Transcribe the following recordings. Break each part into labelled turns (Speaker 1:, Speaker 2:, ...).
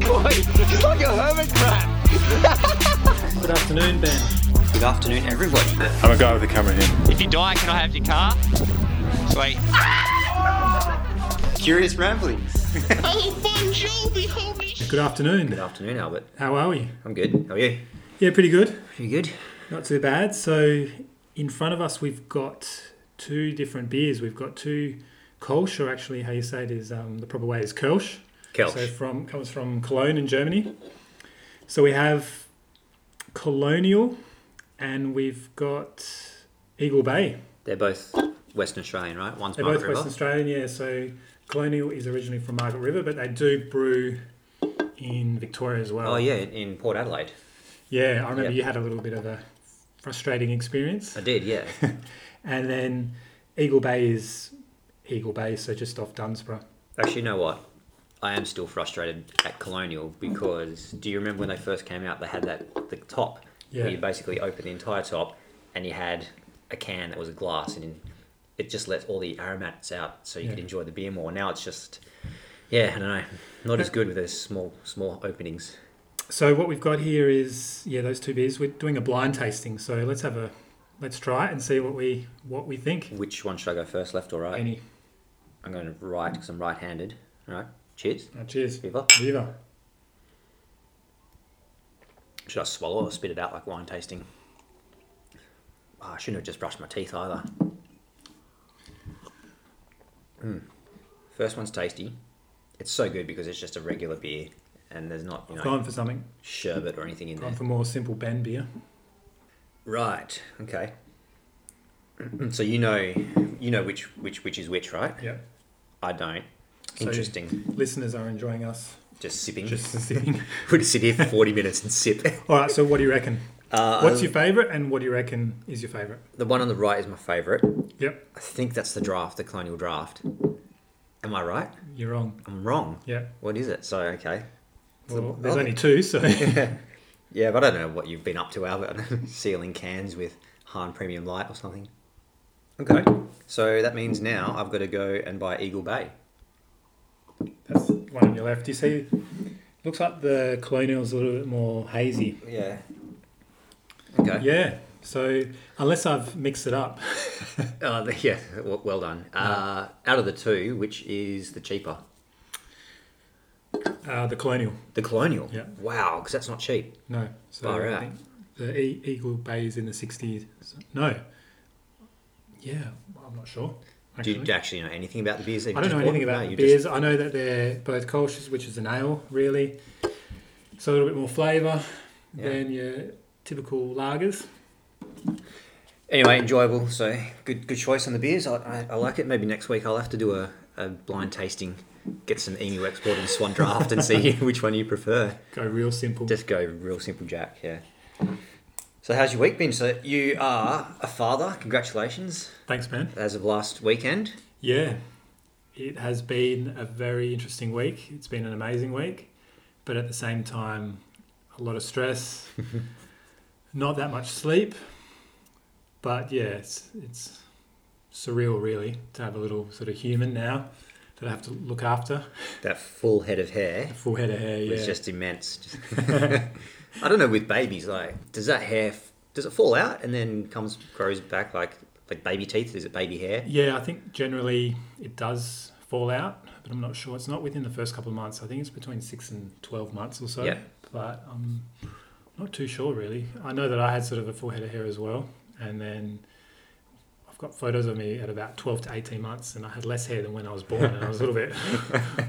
Speaker 1: Boy, it's like a hermit crab.
Speaker 2: Good afternoon, Ben.
Speaker 3: Good afternoon, everybody.
Speaker 4: I'm a guy with a camera here.
Speaker 1: If you die, can I have your car? Sweet.
Speaker 3: Curious ramblings.
Speaker 1: Oh, Bon Jovi, homie.
Speaker 2: Good afternoon.
Speaker 3: Good afternoon, Albert.
Speaker 2: How are we?
Speaker 3: I'm good. How are you?
Speaker 2: Yeah, pretty good.
Speaker 3: Pretty good.
Speaker 2: Not too bad. So, in front of us, we've got two different beers. We've got two Kolsch, or actually, how you say it is um, the proper way is Kölsch. So,
Speaker 3: Kelch.
Speaker 2: from comes from Cologne in Germany. So, we have Colonial and we've got Eagle Bay.
Speaker 3: They're both Western Australian, right? One's
Speaker 2: They're
Speaker 3: Margaret
Speaker 2: both
Speaker 3: River.
Speaker 2: Western Australian, yeah. So, Colonial is originally from Margaret River, but they do brew in Victoria as well.
Speaker 3: Oh yeah, in Port Adelaide.
Speaker 2: Yeah, I remember
Speaker 3: Yeah.
Speaker 2: you had a little bit of a frustrating experience.
Speaker 3: I did, yeah.
Speaker 2: And then Eagle Bay is Eagle Bay, so just off Dunsborough.
Speaker 3: Actually, you know what? I am still frustrated at Colonial because do you remember when they first came out? They had that the top
Speaker 2: Yeah.
Speaker 3: where you basically open the entire top, and you had a can that was a glass, and it just lets all the aromatics out, so you could
Speaker 2: Yeah.
Speaker 3: enjoy the beer more. Now it's just, yeah, I don't know, not as good with those small small openings.
Speaker 2: So what we've got here is yeah, those two beers. We're doing a blind tasting, so let's have a let's try it and see what we what we think.
Speaker 3: Which one should I go first, left or right?
Speaker 2: Any
Speaker 3: I'm going to right because I'm right-handed. All right, cheers.
Speaker 2: oh, cheers.
Speaker 3: Viva.
Speaker 2: Viva.
Speaker 3: Should I swallow or spit it out like wine tasting? Ah, I shouldn't have just brushed my teeth either. Mm. Hmm. First one's tasty. It's so good because it's just a regular beer and there's not, you know,
Speaker 2: Gone for something.
Speaker 3: sherbet or anything in there.
Speaker 2: Gone for more simple Ben beer.
Speaker 3: Right. Okay. so you know, you know which which which is which, right?
Speaker 2: Yeah.
Speaker 3: I don't.
Speaker 2: So-
Speaker 3: Interesting.
Speaker 2: Listeners are enjoying us
Speaker 3: just sipping.
Speaker 2: just sipping.
Speaker 3: would sit here for 40 minutes and sip.
Speaker 2: All right, so what do you reckon?
Speaker 3: Uh,
Speaker 2: What's your favourite, and what do you reckon is your favourite?
Speaker 3: The one on the right is my favorite.
Speaker 2: Yep,
Speaker 3: I think that's the draft, the colonial draft. Am I right?
Speaker 2: you're wrong.
Speaker 3: I'm wrong.
Speaker 2: Yep.
Speaker 3: What is it? So okay.
Speaker 2: Well, there's
Speaker 3: oh.
Speaker 2: only two, so
Speaker 3: Yeah, but I don't know what you've been up to, Albert. Sealing cans with Han Premium Light or something. Okay. So that means now I've got to go and buy Eagle Bay.
Speaker 2: That's the one on your left. You see, looks like the colonial's a little bit more hazy.
Speaker 3: Yeah. Okay. Yeah.
Speaker 2: Yeah. So unless I've mixed it up,
Speaker 3: Uh, the- yeah. w- Well done. Uh, out of the two, which is the cheaper?
Speaker 2: uh, the colonial.
Speaker 3: The Colonial.
Speaker 2: Yeah.
Speaker 3: Wow, because that's not cheap.
Speaker 2: No. So
Speaker 3: Far
Speaker 2: I
Speaker 3: out.
Speaker 2: think The e- Eagle Bay is in the sixties. So, no. Yeah, I'm not sure.
Speaker 3: Do
Speaker 2: Actually.
Speaker 3: you actually know anything about the beers? that you
Speaker 2: I don't
Speaker 3: just
Speaker 2: know
Speaker 3: bought?
Speaker 2: anything
Speaker 3: No,
Speaker 2: about
Speaker 3: you
Speaker 2: the
Speaker 3: just-
Speaker 2: beers. I know that they're both cultures, which is an ale, really. So a little bit more flavour
Speaker 3: Yeah.
Speaker 2: than your typical lagers.
Speaker 3: Anyway, enjoyable. So good, good choice on the beers. I, I, I like it. Maybe next week I'll have to do a, a blind tasting, get some emu export and swan draft, and see which one you prefer.
Speaker 2: Go real simple.
Speaker 3: Just go real simple, Jack. Yeah. So how's your week been? So you are a father. Congratulations.
Speaker 2: Thanks, man.
Speaker 3: As of last weekend.
Speaker 2: Yeah, it has been a very interesting week. It's been an amazing week, but at the same time, a lot of stress, not that much sleep. But yeah, it's it's surreal really to have a little sort of human now that I have to look after.
Speaker 3: That full head of hair
Speaker 2: Full head of hair, yeah.
Speaker 3: was just immense. I don't know with babies. Like, does that hair f- does it fall out and then comes grows back like like baby teeth? Is it baby hair?
Speaker 2: Yeah, I think generally it does fall out, but I'm not sure. It's not within the first couple of months. I think it's between six and 12 months or so.
Speaker 3: Yeah.
Speaker 2: But I'm not too sure, really. I know that I had sort of a full head of hair as well. And then I've got photos of me at about 12 to 18 months, and I had less hair than when I was born. And I was a little bit.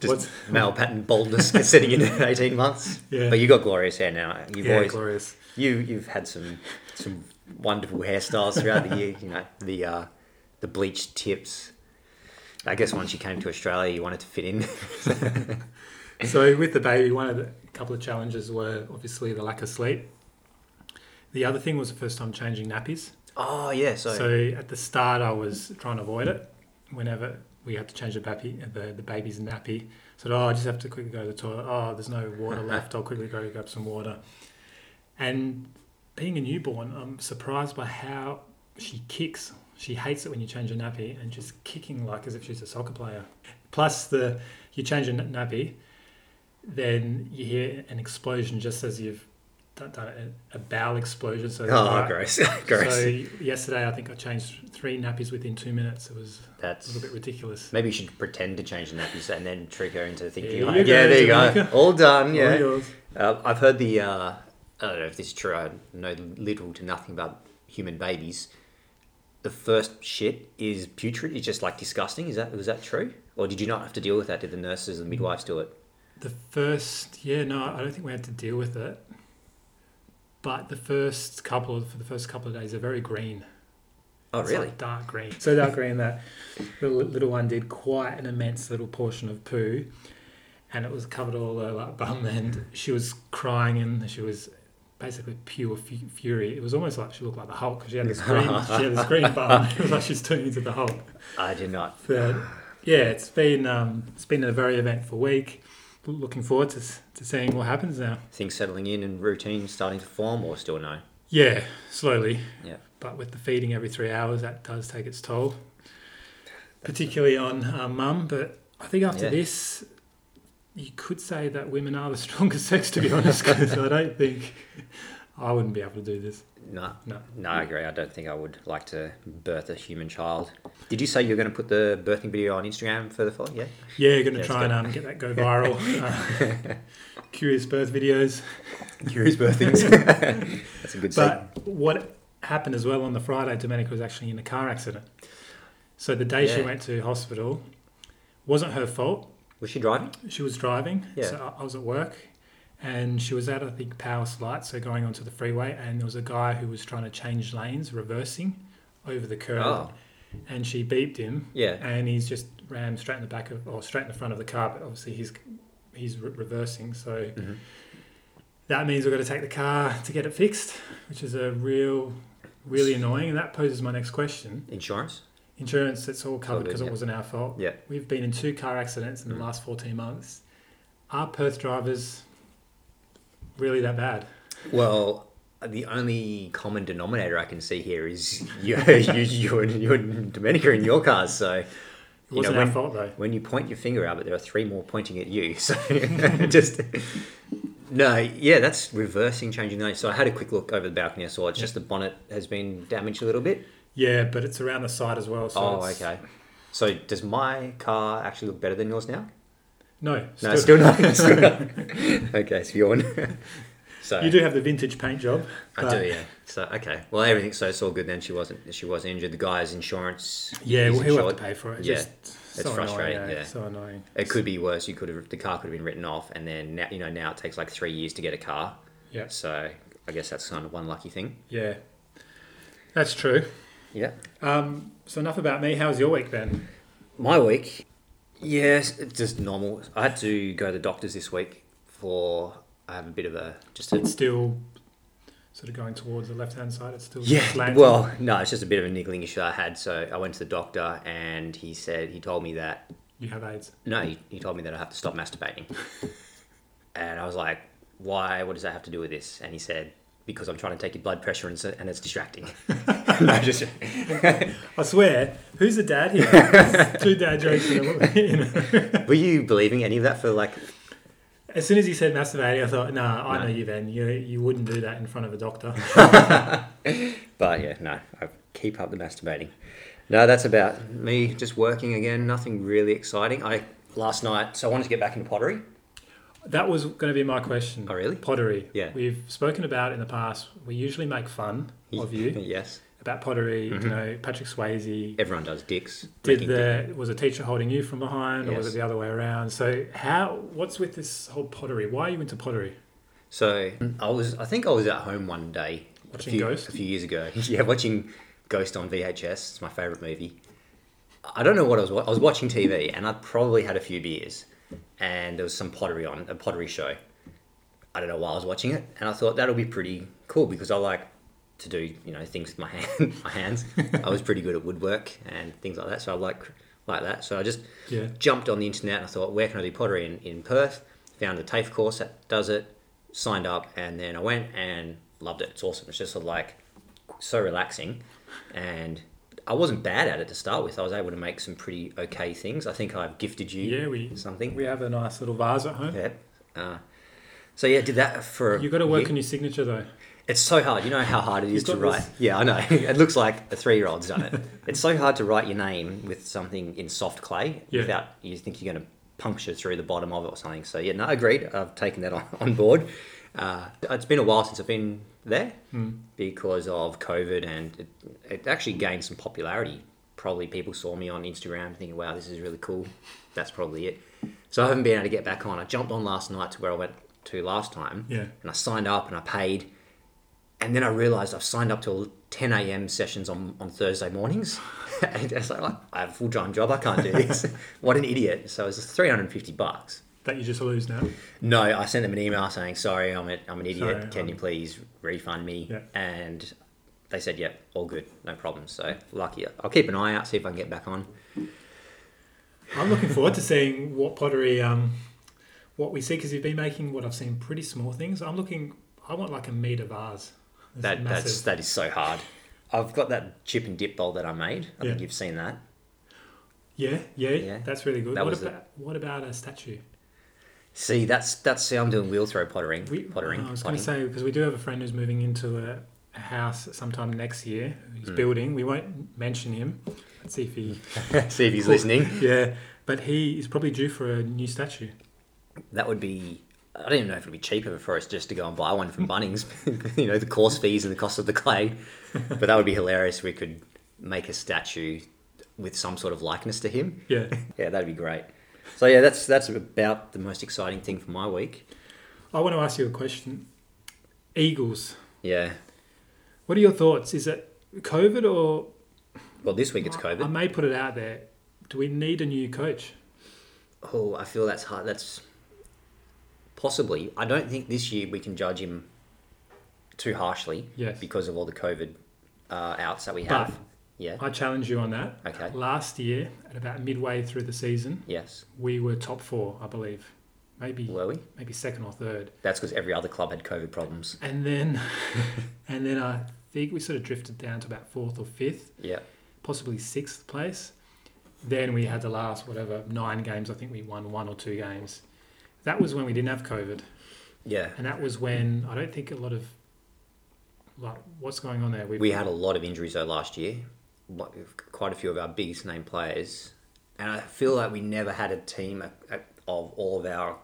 Speaker 3: Just
Speaker 2: What's-
Speaker 3: male pattern baldness sitting in at 18 months.
Speaker 2: Yeah.
Speaker 3: But you got glorious hair now. You've
Speaker 2: yeah,
Speaker 3: always,
Speaker 2: glorious.
Speaker 3: you you've had some some wonderful hairstyles throughout the year. You know the uh, the bleached tips. I guess once you came to Australia, you wanted to fit in.
Speaker 2: so with the baby, one of the couple of challenges were obviously the lack of sleep. The other thing was the first time changing nappies.
Speaker 3: Oh yeah, so,
Speaker 2: So at the start, I was trying to avoid it. Whenever we had to change the baby, the, the baby's nappy, so oh, I just have to quickly go to the toilet. Oh, there's no water left. I'll quickly go grab some water. And being a newborn, I'm surprised by how she kicks. She hates it when you change her nappy and she's kicking like as if she's a soccer player. Plus, the you change her n- nappy, then you hear an explosion just as you've done, done it, a bowel explosion. So
Speaker 3: Oh,
Speaker 2: like-
Speaker 3: gross. gross.
Speaker 2: So yesterday, I think I changed three nappies within two minutes. It was a
Speaker 3: That's
Speaker 2: little bit ridiculous.
Speaker 3: maybe you should pretend to change the nappies and then trick her into thinking.
Speaker 2: you
Speaker 3: like,
Speaker 2: go,
Speaker 3: yeah, there you go.
Speaker 2: Jamaica."
Speaker 3: All done.
Speaker 2: All
Speaker 3: Yeah.
Speaker 2: yours.
Speaker 3: Uh, I've heard the. Uh, I don't know if this is true. I know little to nothing about human babies. The first shit is putrid. It's just like disgusting. Is that was that true, or did you not have to deal with that? Did the nurses and midwives do it?
Speaker 2: The first, yeah, no, I don't think we had to deal with it. But the first couple, of, for the first couple of days, are very green.
Speaker 3: Oh,
Speaker 2: It's
Speaker 3: really?
Speaker 2: like dark green. So dark green that the li- little one did quite an immense little portion of poo, and it was covered all her like bum, and she was crying and she was basically pure fu- fury. It was almost like she looked like the Hulk. She had this green, she had this green bum. It was like she's turning into the Hulk.
Speaker 3: I did not.
Speaker 2: But yeah, it's been um, it's been a very eventful week. L- Looking forward to s- to seeing what happens now.
Speaker 3: Things settling in and routine starting to form, or still no.
Speaker 2: Yeah, slowly.
Speaker 3: Yeah.
Speaker 2: But with the feeding every three hours, that does take its toll, particularly on uh, mum. But I think after
Speaker 3: Yeah.
Speaker 2: this, you could say that women are the stronger sex, to be honest, because I don't think I wouldn't be able to do this.
Speaker 3: No,
Speaker 2: No.
Speaker 3: no, I agree. I don't think I would like to birth a human child. Did you say you're going to put the birthing video on Instagram for the follow? Yeah.
Speaker 2: Yeah, going to
Speaker 3: Yeah, it's
Speaker 2: try and um, get that go viral. Uh, curious birth videos.
Speaker 3: Curious birthings. That's a good segue.
Speaker 2: But what happened as well on the Friday, Domenica was actually in a car accident. So the day she
Speaker 3: Yeah.
Speaker 2: went to hospital wasn't her fault.
Speaker 3: Was she driving?
Speaker 2: She was driving,
Speaker 3: Yeah.
Speaker 2: so I- I was at work, and she was at I think Power Light, so going onto the freeway, and there was a guy who was trying to change lanes, reversing over the curb,
Speaker 3: Oh,
Speaker 2: and she beeped him,
Speaker 3: yeah.
Speaker 2: and he's just rammed straight in the back of or straight in the front of the car, but obviously he's he's re- reversing, so
Speaker 3: Mhm.
Speaker 2: that means we've got to take the car to get it fixed, which is a real really annoying, and that poses my next question
Speaker 3: Insurance?
Speaker 2: insurance it's all covered
Speaker 3: Covered,
Speaker 2: because
Speaker 3: yeah.
Speaker 2: it wasn't our fault
Speaker 3: Yeah.
Speaker 2: we've been in two car accidents in
Speaker 3: Mm.
Speaker 2: the last 14 months are perth drivers really that bad
Speaker 3: Well, the only common denominator I can see here is you, you, you, and, you and Domenica in your cars. So
Speaker 2: it
Speaker 3: You
Speaker 2: wasn't
Speaker 3: know,
Speaker 2: our
Speaker 3: when-
Speaker 2: fault though
Speaker 3: when you point your finger out, but there are three more pointing at you. So just no, yeah, that's reversing changing lanes. So I had a quick look over the balcony. I saw it's just the bonnet has been damaged a little bit.
Speaker 2: yeah but it's around the side as well so
Speaker 3: oh,
Speaker 2: it's-
Speaker 3: okay. So does my car actually look better than yours now?
Speaker 2: no,
Speaker 3: No, still not. Still not. okay, it's your one. so
Speaker 2: you do have the vintage paint job
Speaker 3: I
Speaker 2: but-
Speaker 3: do, yeah. So okay, well, everything so it's all good then. She wasn't. She was injured. The guy's insurance.
Speaker 2: yeah
Speaker 3: is
Speaker 2: well, he'll have
Speaker 3: insured.
Speaker 2: to pay for it
Speaker 3: Yeah.
Speaker 2: Just so
Speaker 3: frustrating,
Speaker 2: annoying, eh?
Speaker 3: yeah.
Speaker 2: so annoying
Speaker 3: It could be worse. You could have. The car could have been written off, and then now you know now it takes like three years to get a car.
Speaker 2: yeah
Speaker 3: So I guess that's kind of one lucky thing.
Speaker 2: yeah that's true
Speaker 3: Yeah.
Speaker 2: um, so enough about me how's your week then
Speaker 3: My week, yes, it's just normal. I had to go to the doctors this week for I have a bit of a just a
Speaker 2: it's still sort of going towards the left hand side it's still
Speaker 3: Yeah.
Speaker 2: slanting.
Speaker 3: Well, no, it's just a bit of a niggling issue I had. So I went to the doctor, and he said he told me that
Speaker 2: you have aids
Speaker 3: no, he, he told me that I have to stop masturbating. and I was like, why? What does that have to do with this? And he said. Because I'm trying to take your blood pressure and, s- and it's distracting. no, just
Speaker 2: I swear, who's the dad here? It's Two dad jokes. In a, in a-
Speaker 3: were you believing any of that for like?
Speaker 2: as soon as he said masturbating, I thought, nah, I
Speaker 3: No.
Speaker 2: know you, Van. You, you wouldn't do that in front of a doctor.
Speaker 3: But yeah, no, I keep up the masturbating. No, that's about me. Just working again. Nothing really exciting. I last night, so I wanted to get back into pottery.
Speaker 2: that was going to be my question.
Speaker 3: Oh, really?
Speaker 2: Pottery.
Speaker 3: Yeah.
Speaker 2: We've spoken about in the past. We usually make fun of you
Speaker 3: yes,
Speaker 2: about pottery.
Speaker 3: Mm-hmm.
Speaker 2: You know, Patrick Swayze
Speaker 3: everyone does dicks.
Speaker 2: did
Speaker 3: making dick.
Speaker 2: the was a teacher holding you from behind, or was
Speaker 3: Yes.
Speaker 2: it the other way around? So how? What's with this whole pottery? Why are you into pottery?
Speaker 3: So I was, I think I was at home one day,
Speaker 2: Watching
Speaker 3: a few,
Speaker 2: Ghost?
Speaker 3: a few years ago. yeah, watching Ghost on VHS. It's my favorite movie. I don't know what I was. wa- I was watching TV, and I probably had a few beers, and there was some pottery on a pottery show. I don't know why I was watching it, and I thought that'll be pretty cool because I like to do you know things with my hand, my hands. I was pretty good at woodwork and things like that, so I like like that. So I just
Speaker 2: Yeah.
Speaker 3: jumped on the internet and I thought, where can I do pottery in, in Perth? Found a TAFE course that does it, signed up, and then I went and loved it. It's awesome. It's just sort of like so relaxing, and I wasn't bad at it to start with. I was able to make some pretty okay things. I think I've gifted you
Speaker 2: Yeah, we
Speaker 3: something.
Speaker 2: we have a nice little vase at home.
Speaker 3: Yeah. Uh, so yeah, did that for.
Speaker 2: You got to work
Speaker 3: on
Speaker 2: on your signature though.
Speaker 3: It's so hard. You know how hard it is to
Speaker 2: got
Speaker 3: write.
Speaker 2: this.
Speaker 3: Yeah, I know. it looks like a three-year-old's done it. it's so hard to write your name with something in soft clay
Speaker 2: Yeah.
Speaker 3: without you think you're going to puncture through the bottom of it or something. So yeah, no, agreed. I've taken that on, on board. Uh, it's been a while since I've been there
Speaker 2: Hmm.
Speaker 3: because of COVID, and it, it actually gained some popularity. Probably people saw me on Instagram thinking, "Wow, this is really cool." That's probably it. So I haven't been able to get back on. I jumped on last night to where I went to last time,
Speaker 2: Yeah.
Speaker 3: and I signed up and I paid. And then I realised I've signed up till 10 a.m. sessions on, on Thursday mornings. and it's like, I have a full time job. I can't do this. what an idiot. So it was 350 bucks.
Speaker 2: That you just lose now.
Speaker 3: No, I sent them an email saying, sorry, I'm, a, I'm an idiot.
Speaker 2: Sorry,
Speaker 3: Can
Speaker 2: um,
Speaker 3: you please refund me?
Speaker 2: Yeah.
Speaker 3: And they said, yep, all good. No problem. So lucky. I'll keep an eye out, see if I can get back on.
Speaker 2: I'm looking forward to seeing what pottery, um, what we see, because you've been making what I've seen pretty small things. I'm looking, I want like a meter vase. That's
Speaker 3: That,
Speaker 2: massive.
Speaker 3: that's, that is so hard. I've got that chip and dip bowl that I made. I think
Speaker 2: Yeah.
Speaker 3: you've seen that.
Speaker 2: yeah, yeah,
Speaker 3: Yeah.
Speaker 2: that's really good.
Speaker 3: That
Speaker 2: what
Speaker 3: was the-
Speaker 2: about what about a statue?
Speaker 3: See, that's that's see, I'm doing wheel throw pottering.
Speaker 2: We, oh,
Speaker 3: pottering.
Speaker 2: I was going
Speaker 3: potting.
Speaker 2: to say because we do have a friend who's moving into a, a house sometime next year.
Speaker 3: Hmm.
Speaker 2: He's building. We won't mention him. Let's see if he.
Speaker 3: see if he's listening.
Speaker 2: yeah, but he is probably due for a new statue.
Speaker 3: That would be. I don't even know if it'd be cheaper for us just to go and buy one from Bunnings. you know, the course fees and the cost of the clay. But that would be hilarious. We could make a statue with some sort of likeness to him.
Speaker 2: Yeah.
Speaker 3: Yeah, that'd be great. So yeah, that's that's about the most exciting thing for my week.
Speaker 2: I want to ask you a question. Eagles.
Speaker 3: Yeah.
Speaker 2: What are your thoughts? Is it COVID or
Speaker 3: Well, this week it's
Speaker 2: I
Speaker 3: COVID.
Speaker 2: may put it out there. Do we need a new coach?
Speaker 3: Oh, I feel that's hard. That's possibly. I don't think this year we can judge him too harshly.
Speaker 2: Yes.
Speaker 3: Because of all the COVID uh, outs that we have.
Speaker 2: But-
Speaker 3: yeah.
Speaker 2: I challenge you on that.
Speaker 3: Okay.
Speaker 2: Last year, at about midway through the season,
Speaker 3: Yes.
Speaker 2: we were top four, I believe, maybe
Speaker 3: Were we?
Speaker 2: maybe second or third.
Speaker 3: That's because every other club had COVID problems.
Speaker 2: And then, and then I think we sort of drifted down to about fourth or fifth,
Speaker 3: Yeah.
Speaker 2: possibly sixth place. Then we had the last whatever nine games. I think we won one or two games. That was when we didn't have COVID.
Speaker 3: Yeah.
Speaker 2: and that was when I don't think a lot of like what's going on there. We've,
Speaker 3: We had a lot of injuries though last year. What- Quite a few of our biggest name players, and I feel like we never had a team of of all of our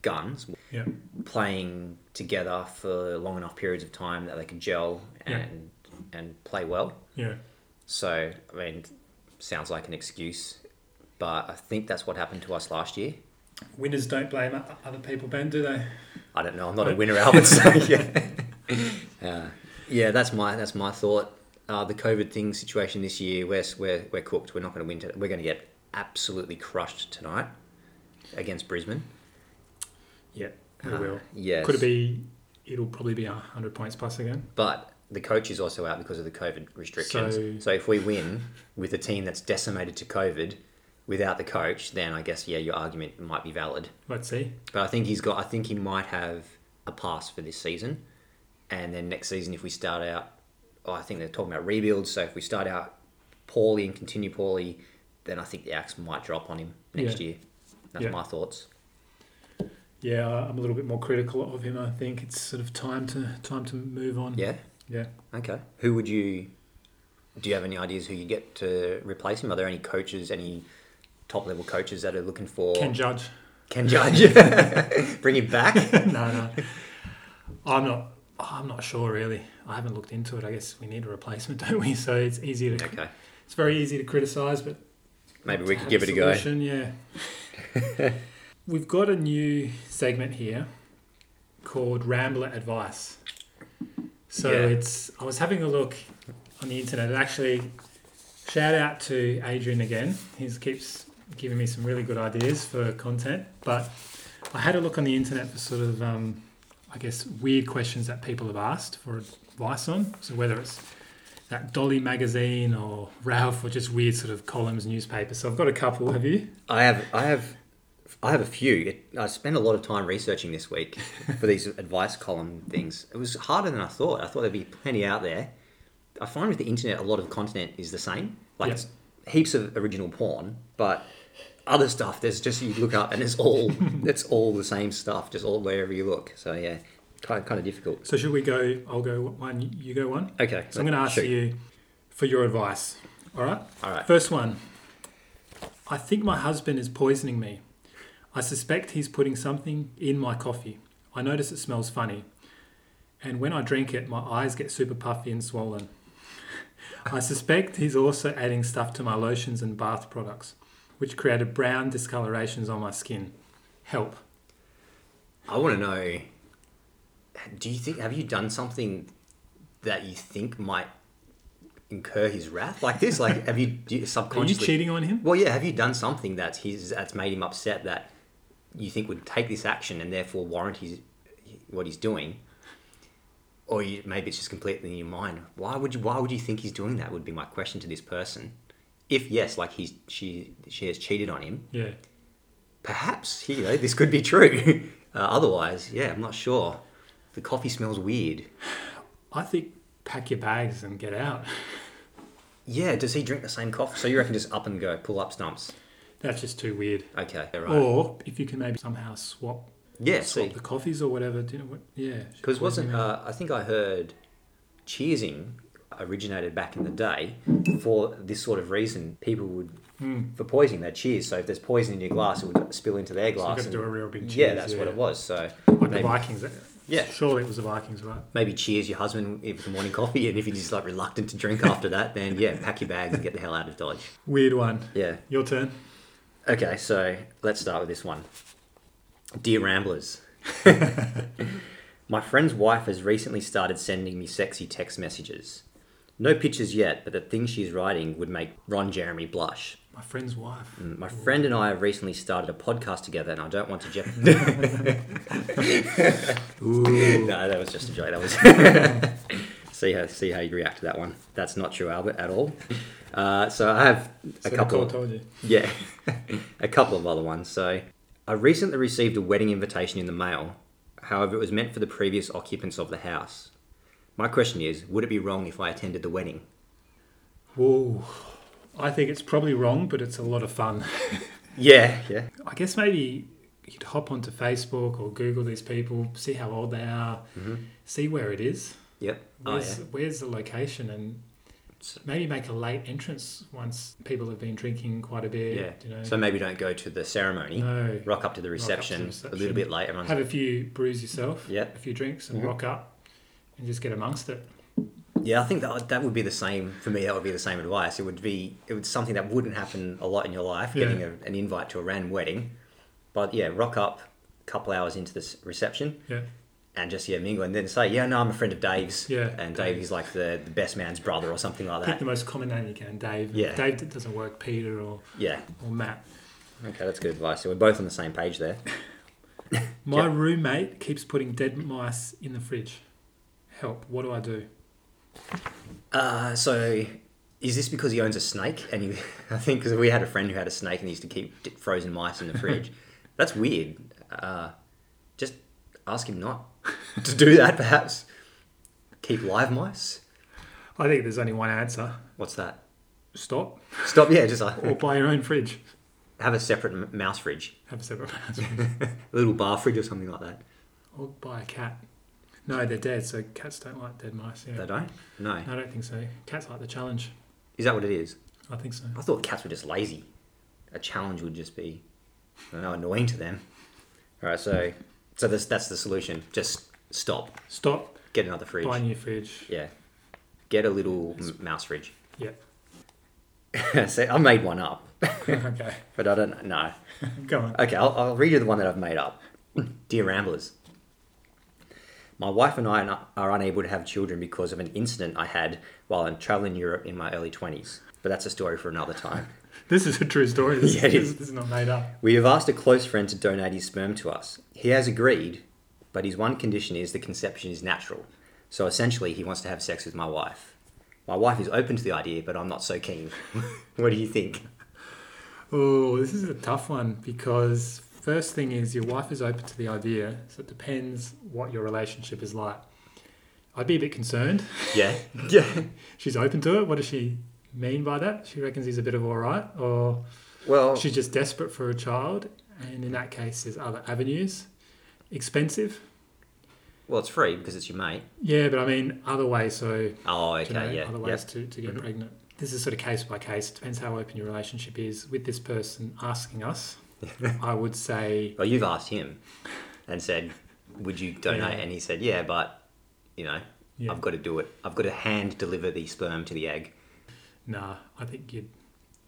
Speaker 3: guns
Speaker 2: yeah,
Speaker 3: playing together for long enough periods of time that they could gel
Speaker 2: Yeah.
Speaker 3: and and play well.
Speaker 2: yeah,
Speaker 3: So I mean, sounds like an excuse, but I think that's what happened to us last year.
Speaker 2: winners don't blame o- other people, Ben, do they?
Speaker 3: I don't know. I'm not a winner, Albert. So yeah. Uh, yeah, that's my that's my thought. Uh, the COVID thing situation this year, we're we're, we're cooked. We're not going to win. To, we're going to get absolutely crushed tonight against Brisbane.
Speaker 2: Yeah, they
Speaker 3: Uh,
Speaker 2: will.
Speaker 3: yes.
Speaker 2: Could it be? It'll probably be hundred points plus again.
Speaker 3: But the coach is also out because of the COVID restrictions.
Speaker 2: So-
Speaker 3: So, if we win with a team that's decimated to COVID without the coach, then I guess yeah, your argument might be valid.
Speaker 2: Let's see.
Speaker 3: But I think he's got. I think he might have a pass for this season, and then next season if we start out, oh, I think they're talking about rebuilds. So if we start out poorly and continue poorly, then I think the axe might drop on him next
Speaker 2: Yeah.
Speaker 3: year. That's
Speaker 2: Yeah.
Speaker 3: my thoughts.
Speaker 2: Yeah, I- I'm a little bit more critical of him. I think it's sort of time to time to move on.
Speaker 3: Yeah.
Speaker 2: yeah.
Speaker 3: Okay. Who would you? Do you have any ideas who you get to replace him? Are there any coaches, any top level coaches that are looking for
Speaker 2: Can judge.
Speaker 3: Ken Judge? Bring him back.
Speaker 2: no, no. I'm not. I'm not sure really. I haven't looked into it. I guess we need a replacement, don't we? So it's easier to.
Speaker 3: okay.
Speaker 2: It's very easy to criticise, but
Speaker 3: Maybe we could
Speaker 2: Have
Speaker 3: give it a go.
Speaker 2: solution, Yeah. We've got a new segment here called Rambler Advice. So
Speaker 3: Yeah.
Speaker 2: it's I was having a look on the internet. And actually, shout out to Adrian again. He keeps giving me some really good ideas for content. But I had a look on the internet for sort of um, I guess weird questions that people have asked for advice on. So whether it's that Dolly magazine or Ralph or just weird sort of columns, newspapers. So I've got a couple. Have you?
Speaker 3: I have, I have, I have a few. It, I spent a lot of time researching this week for these advice column things. It was harder than I thought. I thought there'd be plenty out there. I find with the internet, a lot of content is the same. Like
Speaker 2: Yeah.
Speaker 3: it's heaps of original porn, but other stuff there's just you look up and it's all it's all the same stuff, just all wherever you look. So yeah, kind kind of difficult.
Speaker 2: So should we go? I'll go one. You go one.
Speaker 3: Okay,
Speaker 2: So I'm going to ask
Speaker 3: shoot.
Speaker 2: you for your advice. All right.
Speaker 3: All right.
Speaker 2: First one. I think my husband is poisoning me. I suspect he's putting something in my coffee. I notice it smells funny. And when I drink it, my eyes get super puffy and swollen. I suspect he's also adding stuff to my lotions and bath products, which created brown discolorations on my skin. Help.
Speaker 3: I want to know. Do you think have you done something that you think might incur his wrath like this? Like have you, do you
Speaker 2: Are you
Speaker 3: subconsciously?
Speaker 2: cheating on him?
Speaker 3: Well, yeah. Have you done something that's his that's made him upset that you think would take this action and therefore warrant his what he's doing? Or you, maybe it's just completely in your mind. Why would you? Why would you think he's doing that? Would be my question to this person. If yes, like he's she she has cheated on him,
Speaker 2: Yeah.
Speaker 3: perhaps you know this could be true. Uh, otherwise, yeah, I'm not sure. The coffee smells weird.
Speaker 2: I think pack your bags and get out.
Speaker 3: Yeah, does he drink the same coffee? So you reckon just up and go, pull up stumps?
Speaker 2: That's just too weird.
Speaker 3: Okay, all right.
Speaker 2: Or if you can maybe somehow swap,
Speaker 3: yeah,
Speaker 2: swap
Speaker 3: see,
Speaker 2: the coffees or whatever. Do you know what? Yeah.
Speaker 3: Because
Speaker 2: Poison
Speaker 3: wasn't
Speaker 2: out.
Speaker 3: uh, I think I heard cheersing originated back in the day for this sort of reason. People would for poisoning they'd cheers. So if there's poison in your glass, it would spill into their
Speaker 2: Hmm. So you
Speaker 3: glass.
Speaker 2: got to do a
Speaker 3: and-
Speaker 2: real big cheers.
Speaker 3: yeah, that's what it was. So
Speaker 2: Like the
Speaker 3: maybe,
Speaker 2: Vikings. eh?
Speaker 3: Yeah.
Speaker 2: Surely it was the Vikings, right?
Speaker 3: maybe cheers your husband with the morning coffee, and if you're just like reluctant to drink after that, then yeah, pack your bags and get the hell out of Dodge.
Speaker 2: Weird one.
Speaker 3: Yeah.
Speaker 2: Your turn.
Speaker 3: Okay, so let's start with this one. Dear Ramblers, my friend's wife has recently started sending me sexy text messages. No pictures yet, but the thing she's writing would make Ron Jeremy blush.
Speaker 2: My friend's wife.
Speaker 3: Mm, My friend and I have recently started a podcast together, and I don't want to jeopardize. no, that was just a joke. That was. see how see how you react to that one. That's not true, Albert, at all. Uh, so I have
Speaker 2: So
Speaker 3: a couple.
Speaker 2: Nicole told you.
Speaker 3: Yeah, a couple of other ones. So, I recently received a wedding invitation in the mail. However, it was meant for the previous occupants of the house. My question is, would it be wrong if I attended the wedding?
Speaker 2: Whoa. I think it's probably wrong, but it's a lot of fun.
Speaker 3: Yeah, yeah.
Speaker 2: I guess maybe you could hop onto Facebook or Google these people, see how old they are,
Speaker 3: Mm-hmm.
Speaker 2: see where it is.
Speaker 3: Yep. Oh, yeah.
Speaker 2: Where's, where's the location and maybe make a late entrance once people have been drinking quite a bit.
Speaker 3: Yeah.
Speaker 2: You know,
Speaker 3: So maybe don't go to the ceremony.
Speaker 2: No.
Speaker 3: Rock up to the reception, a little
Speaker 2: reception.
Speaker 3: bit late. Everyone's
Speaker 2: have a few brews yourself.
Speaker 3: Yep.
Speaker 2: A few drinks
Speaker 3: Mm-hmm.
Speaker 2: and rock up and just get amongst it.
Speaker 3: Yeah, I think that would- that would be the same for me. That would be the same advice. It would be it would something that wouldn't happen a lot in your life,
Speaker 2: Yeah.
Speaker 3: getting a, an invite to a random wedding. But yeah, rock up a couple hours into this reception
Speaker 2: Yeah.
Speaker 3: and just yeah mingle, and then say yeah, no, I'm a friend of Dave's.
Speaker 2: Yeah,
Speaker 3: and Dave is like the, the best man's brother or something like
Speaker 2: Pick
Speaker 3: that.
Speaker 2: the most common name you can, Dave.
Speaker 3: Yeah.
Speaker 2: Dave d- doesn't work, Peter or,
Speaker 3: Yeah.
Speaker 2: or Matt.
Speaker 3: Okay, that's good advice. So we're both on the same page there.
Speaker 2: My
Speaker 3: Yeah.
Speaker 2: roommate keeps putting dead mice in the fridge. Help. What do I do?
Speaker 3: Uh, so is this because he owns a snake? And he, I think because we had a friend who had a snake and he used to keep d- frozen mice in the fridge. That's weird. Uh, just ask him not to do that, perhaps. Keep live mice.
Speaker 2: I think there's only one answer
Speaker 3: What's that?
Speaker 2: stop
Speaker 3: Stop. Yeah, just uh,
Speaker 2: or buy your own fridge.
Speaker 3: have a separate m- mouse fridge,
Speaker 2: Have a separate
Speaker 3: a little bar fridge or something like that.
Speaker 2: Or buy a cat. No, they're dead, so cats don't like dead mice. Yeah.
Speaker 3: They don't. No.
Speaker 2: No, I don't think so. Cats like the challenge.
Speaker 3: Is that what it is?
Speaker 2: I think so.
Speaker 3: I thought cats were just lazy. A challenge would just be, I don't know, annoying to them. All right. So, so this, that's the solution. Just stop.
Speaker 2: Stop,
Speaker 3: Get another fridge.
Speaker 2: buy a new fridge.
Speaker 3: Yeah. Get a little m- mouse fridge.
Speaker 2: Yeah.
Speaker 3: so I made one up,
Speaker 2: okay,
Speaker 3: but I don't know.
Speaker 2: go on.
Speaker 3: Okay, I'll, I'll read you the one that I've made up. Dear Ramblers, my wife and I are- are unable to have children because of an incident I had while I'm traveling Europe in my early 20s. But that's a story for another time.
Speaker 2: This is a true story. This,
Speaker 3: Yeah, it
Speaker 2: this-
Speaker 3: is.
Speaker 2: this is not made up.
Speaker 3: We have asked a close friend to donate his sperm to us. He has agreed, but his one condition is the conception is natural. So essentially, he wants to have sex with my wife. My wife is open to the idea, but I'm not so keen. what do you think?
Speaker 2: Oh, this is a tough one because first thing is your wife is open to the idea, so it depends what your relationship is like. I'd be a bit concerned.
Speaker 3: Yeah. Yeah.
Speaker 2: She's open to it. What does she mean by that? She reckons he's a bit of all right, or
Speaker 3: Well,
Speaker 2: she's just desperate for a child. And in that case, there's other avenues. Expensive.
Speaker 3: well, it's free because it's your mate.
Speaker 2: Yeah, but I mean, other ways. So
Speaker 3: Oh,
Speaker 2: do
Speaker 3: okay,
Speaker 2: you know,
Speaker 3: yeah. Mm-hmm.
Speaker 2: other
Speaker 3: yeah.
Speaker 2: ways to, to get pregnant. This is sort of case by case. Depends how open your relationship is with this person asking us. I would say,
Speaker 3: Well, you've asked him and said, "Would you donate?"
Speaker 2: Yeah.
Speaker 3: And he said, "Yeah, but you know,
Speaker 2: Yeah.
Speaker 3: I've got to do it. I've got to hand deliver the sperm to the egg."
Speaker 2: nah, I think you'd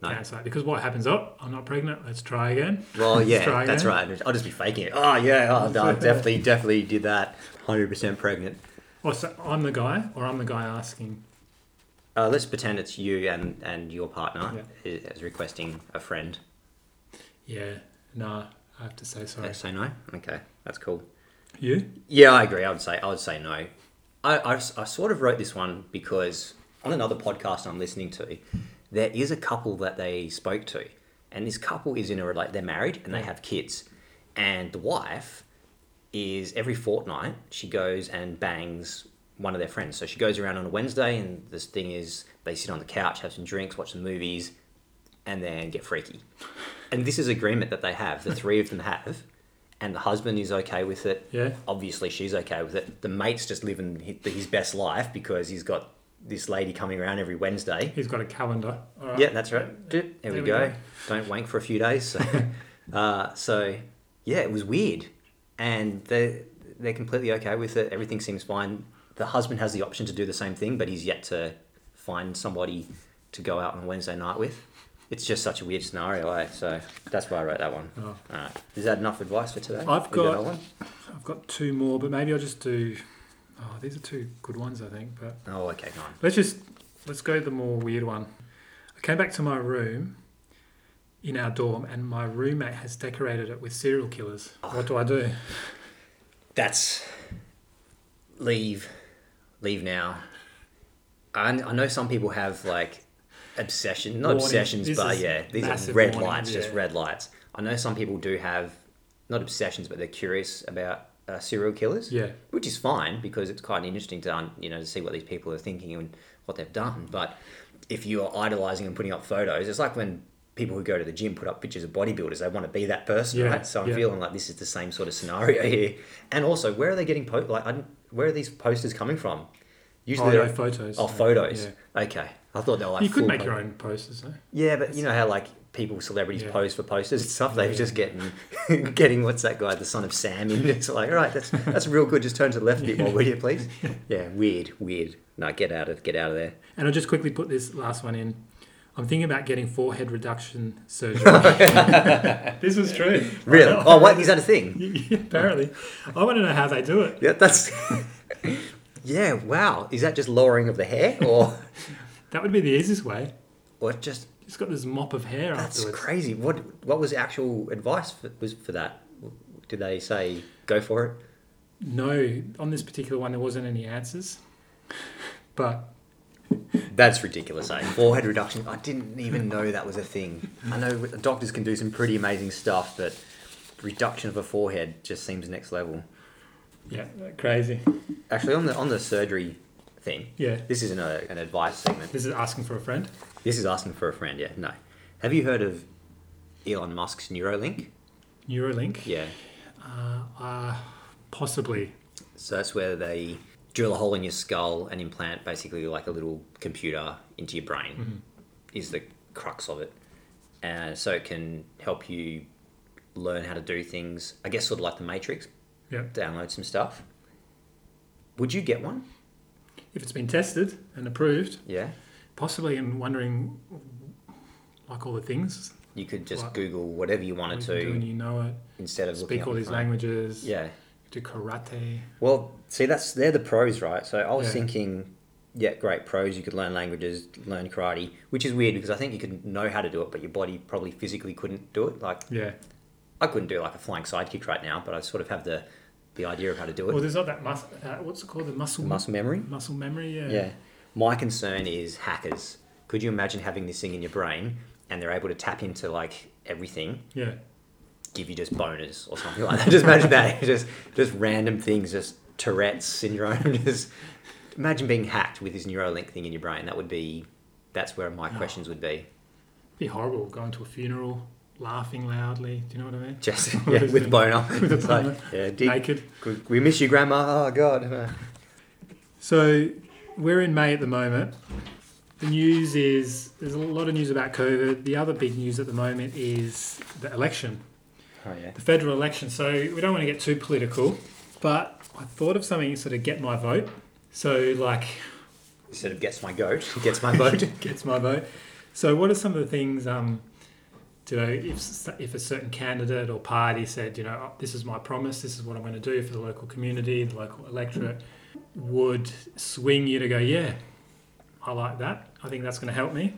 Speaker 3: No.
Speaker 2: cancel that because what happens? Oh, I'm not pregnant. Let's try again.
Speaker 3: Well,
Speaker 2: Let's
Speaker 3: yeah,
Speaker 2: try
Speaker 3: that's
Speaker 2: again.
Speaker 3: right. I'll just be faking it. Oh, yeah, oh, no, I definitely, definitely did that. Hundred percent pregnant.
Speaker 2: Or so I'm the guy, or I'm the guy asking.
Speaker 3: Uh, let's pretend it's you and and your partner is, is requesting a friend.
Speaker 2: Yeah, nah, I have to say sorry.
Speaker 3: Say no. Okay, that's cool.
Speaker 2: You?
Speaker 3: Yeah, I agree. I would say I would say no. I, I, I sort of wrote this one because on another podcast I'm listening to, there is a couple that they spoke to, and this couple is in a like they're married and they have kids, and the wife is every fortnight she goes and bangs one of their friends. So she goes around on a Wednesday, and this thing is they sit on the couch, have some drinks, watch some movies, and then get freaky. And this is agreement that they have. The three of them have, and the husband is okay with it.
Speaker 2: Yeah.
Speaker 3: Obviously, she's okay with it. The mate's just living hi- his best life because he's got this lady coming around every Wednesday.
Speaker 2: He's got a calendar. All right.
Speaker 3: Yeah, that's right. There, we,
Speaker 2: we
Speaker 3: go.
Speaker 2: go.
Speaker 3: Don't wank for a few days. So, uh, so yeah, it was weird, and they they're completely okay with it. Everything seems fine. The husband has the option to do the same thing, but he's yet to find somebody to go out on a Wednesday night with. It's just such a weird scenario, eh? So that's why I wrote that one.
Speaker 2: Oh.
Speaker 3: All right. Is that enough advice for today?
Speaker 2: I've
Speaker 3: We
Speaker 2: got-
Speaker 3: another one?
Speaker 2: I've got two more, but maybe I'll just do. Oh, these are two good ones, I think. But
Speaker 3: Oh, okay, go on.
Speaker 2: let's just let's go the more weird one. I came back to my room in our dorm, and my roommate has decorated it with serial killers. What do I do?
Speaker 3: That's leave, leave now. I, I know some people have like obsession, not
Speaker 2: Warning.
Speaker 3: obsessions,
Speaker 2: This
Speaker 3: but
Speaker 2: is
Speaker 3: yeah, these are
Speaker 2: massive
Speaker 3: red
Speaker 2: warning,
Speaker 3: lights, just
Speaker 2: yeah.
Speaker 3: red lights. I know some people do have not obsessions, but they're curious about uh, serial killers.
Speaker 2: Yeah.
Speaker 3: which is fine because it's quite interesting to un- you know to see what these people are thinking and what they've done. But if you are idolizing and putting up photos, it's like when people who go to the gym put up pictures of bodybuilders. They want to be that person,
Speaker 2: Yeah,
Speaker 3: right? So I'm
Speaker 2: yeah.
Speaker 3: feeling like this is the same sort of scenario here. And also, where are they getting po- like? I don't- where are these posters coming from? Usually,
Speaker 2: Oh, no,
Speaker 3: they're-
Speaker 2: photos.
Speaker 3: Oh,
Speaker 2: Yeah.
Speaker 3: photos. Okay, I thought they were like
Speaker 2: You could
Speaker 3: full
Speaker 2: make
Speaker 3: po-
Speaker 2: your own posters, no?
Speaker 3: Yeah, but you know how like people, celebrities
Speaker 2: Yeah.
Speaker 3: pose for posters and stuff. They're
Speaker 2: Yeah.
Speaker 3: just getting, getting what's that guy, the son of Sam, and it's like, all right, that's that's real good. Just turn to the left a bit more, will you, please? Yeah, weird, weird. No, get out of get out of there.
Speaker 2: And I'll just quickly put this last one in. I'm thinking about getting forehead reduction surgery. this was true.
Speaker 3: Really? Oh, wait, is that a thing?
Speaker 2: Apparently. I want to know how they do it.
Speaker 3: Yeah, that's. yeah, wow. Is that just lowering of the hair, or
Speaker 2: That would be the easiest way.
Speaker 3: or just
Speaker 2: It's got this mop of hair
Speaker 3: that's
Speaker 2: afterwards.
Speaker 3: crazy? What what was the actual advice for, was for that? Did they say go for it?
Speaker 2: No, on this particular one, there wasn't any answers. But
Speaker 3: That's ridiculous, eh? Forehead reduction. I didn't even know that was a thing. I know doctors can do some pretty amazing stuff, but reduction of a forehead just seems next level.
Speaker 2: yeah, crazy.
Speaker 3: Actually, on the on the surgery thing,
Speaker 2: Yeah.
Speaker 3: this isn't a, an advice segment.
Speaker 2: This is asking for a friend.
Speaker 3: This is asking for a friend. Yeah, no. Have you heard of Elon Musk's Neuralink?
Speaker 2: Neuralink.
Speaker 3: Yeah.
Speaker 2: Uh, possibly.
Speaker 3: So that's where they drill a hole in your skull and implant basically like a little computer into your brain,
Speaker 2: Mm-hmm.
Speaker 3: is the crux of it. And so it can help you learn how to do things, I guess, sort of like the Matrix,
Speaker 2: Yeah.
Speaker 3: download some stuff. Would you get one?
Speaker 2: If it's been tested and approved,
Speaker 3: Yeah.
Speaker 2: possibly I'm wondering like all the things.
Speaker 3: You could just
Speaker 2: What?
Speaker 3: Google whatever you
Speaker 2: you
Speaker 3: wanted
Speaker 2: can do
Speaker 3: to
Speaker 2: and you know it.
Speaker 3: instead of looking
Speaker 2: Speak
Speaker 3: up
Speaker 2: all
Speaker 3: the
Speaker 2: these
Speaker 3: phone.
Speaker 2: languages.
Speaker 3: Yeah.
Speaker 2: Do karate.
Speaker 3: Well, see, that's they're the pros, right? So I was
Speaker 2: Yeah.
Speaker 3: thinking, yeah, great pros. You could learn languages, learn karate, which is weird because I think you could know how to do it, but your body probably physically couldn't do it. Like
Speaker 2: Yeah.
Speaker 3: I couldn't do like a flying side kick right now, but I sort of have the the idea of how to do it.
Speaker 2: Well, there's not that muscle. Uh, what's it called? The muscle
Speaker 3: Muscle memory.
Speaker 2: muscle memory. Yeah.
Speaker 3: Yeah. My concern is hackers. Could you imagine having this thing in your brain and they're able to tap into like everything
Speaker 2: Yeah.
Speaker 3: give you just boners or something like that. Just imagine that. Just just random things just Tourette's syndrome. Just imagine being hacked with this Neuralink thing in your brain. That would be. That's where
Speaker 2: Oh.
Speaker 3: my questions would be.
Speaker 2: be horrible going to a funeral, laughing loudly. Do you know what I mean?
Speaker 3: Just yeah, with boner.
Speaker 2: With a
Speaker 3: It's like,
Speaker 2: boner.
Speaker 3: yeah, dig-
Speaker 2: Naked.
Speaker 3: we miss you, Grandma. Oh God.
Speaker 2: So we're in May at the moment. The news is there's a lot of news about COVID. The other big news at the moment is the election,
Speaker 3: Oh yeah.
Speaker 2: the federal election. So we don't want to get too political, but I thought of something to sort of get my vote. So like
Speaker 3: Instead of gets my goat, gets my vote.
Speaker 2: gets my vote. So, what are some of the things, um, you know, if, s- if a certain candidate or party said, you know, "Oh, this is my promise, this is what I'm going to do for the local community, the local electorate, would swing you to go, yeah, I like that. I think that's going to help me.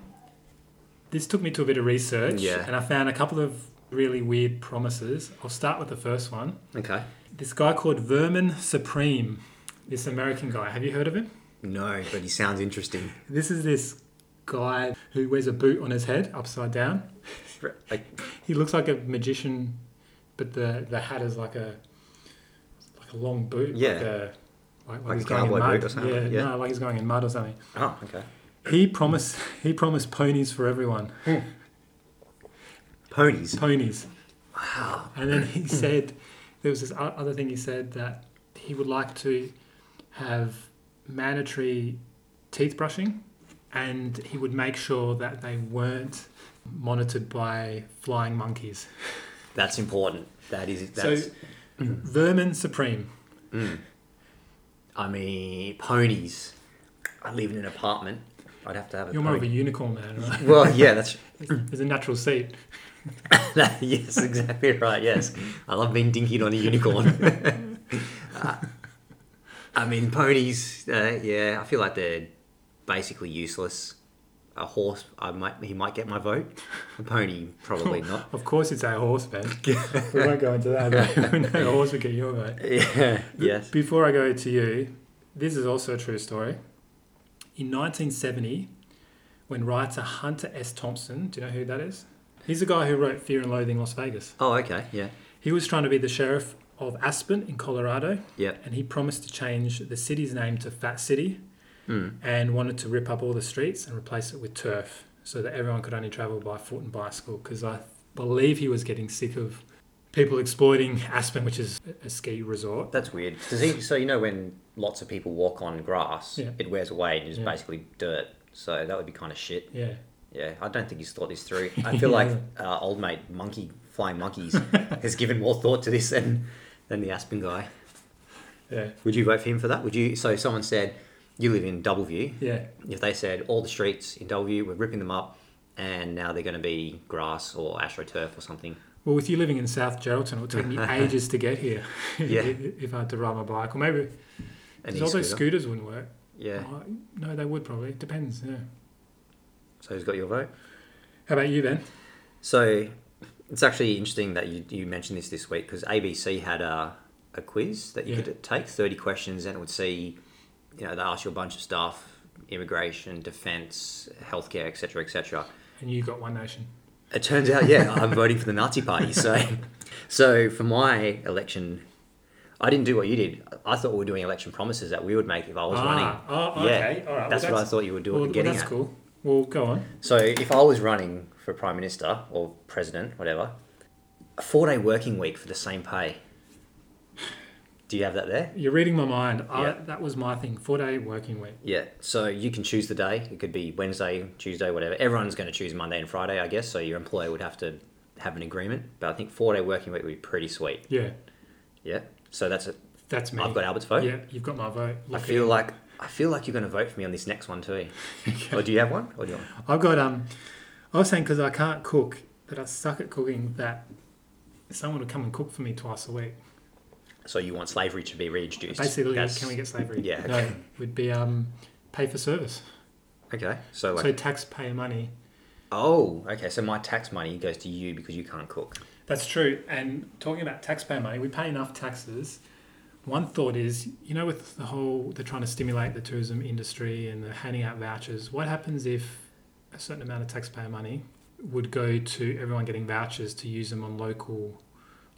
Speaker 2: This took me to a bit of research,
Speaker 3: Yeah.
Speaker 2: and I found a couple of really weird promises. I'll start with the first one.
Speaker 3: okay.
Speaker 2: This guy called Vermin Supreme, this American guy. Have you heard of him?
Speaker 3: No, but he sounds interesting.
Speaker 2: This is this guy who wears a boot on his head upside down.
Speaker 3: Like,
Speaker 2: He looks like a magician, but the, the hat is like a like a long boot.
Speaker 3: Yeah.
Speaker 2: Like, a, like, like
Speaker 3: Like
Speaker 2: he's
Speaker 3: a
Speaker 2: going in
Speaker 3: cowboy
Speaker 2: mud.
Speaker 3: boot or something,
Speaker 2: Yeah,
Speaker 3: yeah.
Speaker 2: no, like he's going in mud or something.
Speaker 3: oh, okay.
Speaker 2: He promised he promised ponies for everyone.
Speaker 3: Ponies. Ah,
Speaker 2: Ponies. Wow. And then he said there was this o- other thing he said that he would like to have mandatory teeth brushing and he would make sure that they weren't monitored by flying monkeys.
Speaker 3: That's important. That is. That's.
Speaker 2: So vermin supreme.
Speaker 3: I mean, ponies. I live in an apartment. I'd have to have a
Speaker 2: You're more of a
Speaker 3: pony.
Speaker 2: unicorn man, right?
Speaker 3: well, yeah, that's
Speaker 2: There's a natural seat.
Speaker 3: yes, exactly right. Yes, I love being dinkied on a unicorn. uh, I mean, ponies. Uh, yeah, I feel like they're basically useless. A horse, I might he might get my vote. A pony, probably not.
Speaker 2: Of course it's our horse, man. we won't go into that, but we know a horse would get your vote.
Speaker 3: Yeah. Yes.
Speaker 2: Before I go to you, this is also a true story. In 1970, when writer Hunter S. Thompson, do you know who that is? He's the guy who wrote Fear and Loathing Las Vegas.
Speaker 3: Oh, okay. Yeah.
Speaker 2: He was trying to be the sheriff of Aspen in Colorado,
Speaker 3: Yeah.
Speaker 2: and he promised to change the city's name to Fat City and wanted to rip up all the streets and replace it with turf so that everyone could only travel by foot and bicycle because I believe he was getting sick of people exploiting Aspen, which is a- a ski resort.
Speaker 3: That's weird. Does he, so you know when lots of people walk on grass,
Speaker 2: Yeah.
Speaker 3: it wears away and it's
Speaker 2: Yeah.
Speaker 3: basically dirt. So that would be kind of shit.
Speaker 2: Yeah.
Speaker 3: Yeah, I don't think he's thought this through. I feel like uh, old mate monkey flying monkeys has given more thought to this than than the Aspen guy.
Speaker 2: Yeah.
Speaker 3: Would you vote for him for that? Would you? So someone said you live in Doubleview.
Speaker 2: Yeah.
Speaker 3: If they said all the streets in Doubleview, we're ripping them up, and now they're going to be grass or astroturf or something.
Speaker 2: Well, with you living in South Geraldton, it would take me ages to get here
Speaker 3: Yeah.
Speaker 2: if I had to ride my bike. Or maybe
Speaker 3: And
Speaker 2: because all those
Speaker 3: e-scooter.
Speaker 2: scooters wouldn't work.
Speaker 3: Yeah.
Speaker 2: Oh, no, they would probably. Depends. Yeah.
Speaker 3: So who's got your vote?
Speaker 2: How about you, Ben?
Speaker 3: So it's actually interesting that you, you mentioned this this week because ABC had a, a quiz that you
Speaker 2: Yeah.
Speaker 3: could take 30 questions and it would see, you know, they ask you a bunch of stuff immigration, defense, healthcare, etc., etc.
Speaker 2: And you got One Nation.
Speaker 3: It turns out, yeah, I'm voting for the Nazi Party. So, so for my election, I didn't do what you did. I thought we were doing election promises that we would make if I was running.
Speaker 2: ah, oh,
Speaker 3: Yeah,
Speaker 2: okay. All right. well,
Speaker 3: that's what I thought you were doing.
Speaker 2: Well, well,
Speaker 3: getting
Speaker 2: that's
Speaker 3: at.
Speaker 2: cool. Well, go on.
Speaker 3: So if I was running for prime minister or president, whatever, a four-day working week for the same pay. Do you have that there?
Speaker 2: You're reading my mind. I,
Speaker 3: Yeah.
Speaker 2: that was my thing. Four day working week.
Speaker 3: Yeah. So you can choose the day. It could be Wednesday, Tuesday, whatever. Everyone's going to choose Monday and Friday, I guess. So your employer would have to have an agreement. But I think four-day working week would be pretty sweet.
Speaker 2: Yeah.
Speaker 3: Yeah. So that's it.
Speaker 2: That's me.
Speaker 3: I've got Albert's vote.
Speaker 2: Yeah, you've got my vote.
Speaker 3: I
Speaker 2: Look at
Speaker 3: feel
Speaker 2: you.
Speaker 3: like I feel like you're going to vote for me on this next one too. Or do you have one? Or do you want?
Speaker 2: I've got um. I was saying because I can't cook, that I suck at cooking. That someone would come and cook for me twice a week.
Speaker 3: So you want slavery to be reintroduced?
Speaker 2: Basically,
Speaker 3: That's-
Speaker 2: can we get slavery?
Speaker 3: Yeah,
Speaker 2: No,
Speaker 3: okay.
Speaker 2: would be um, pay for service.
Speaker 3: Okay. So like.
Speaker 2: So taxpayer money.
Speaker 3: Oh, okay. So my tax money goes to you because you can't cook.
Speaker 2: That's true. And talking about taxpayer money, we pay enough taxes. One thought is, you know, with the whole, they're trying to stimulate the tourism industry and they're handing out vouchers. What happens if a certain amount of taxpayer money would go to everyone getting vouchers to use them on local,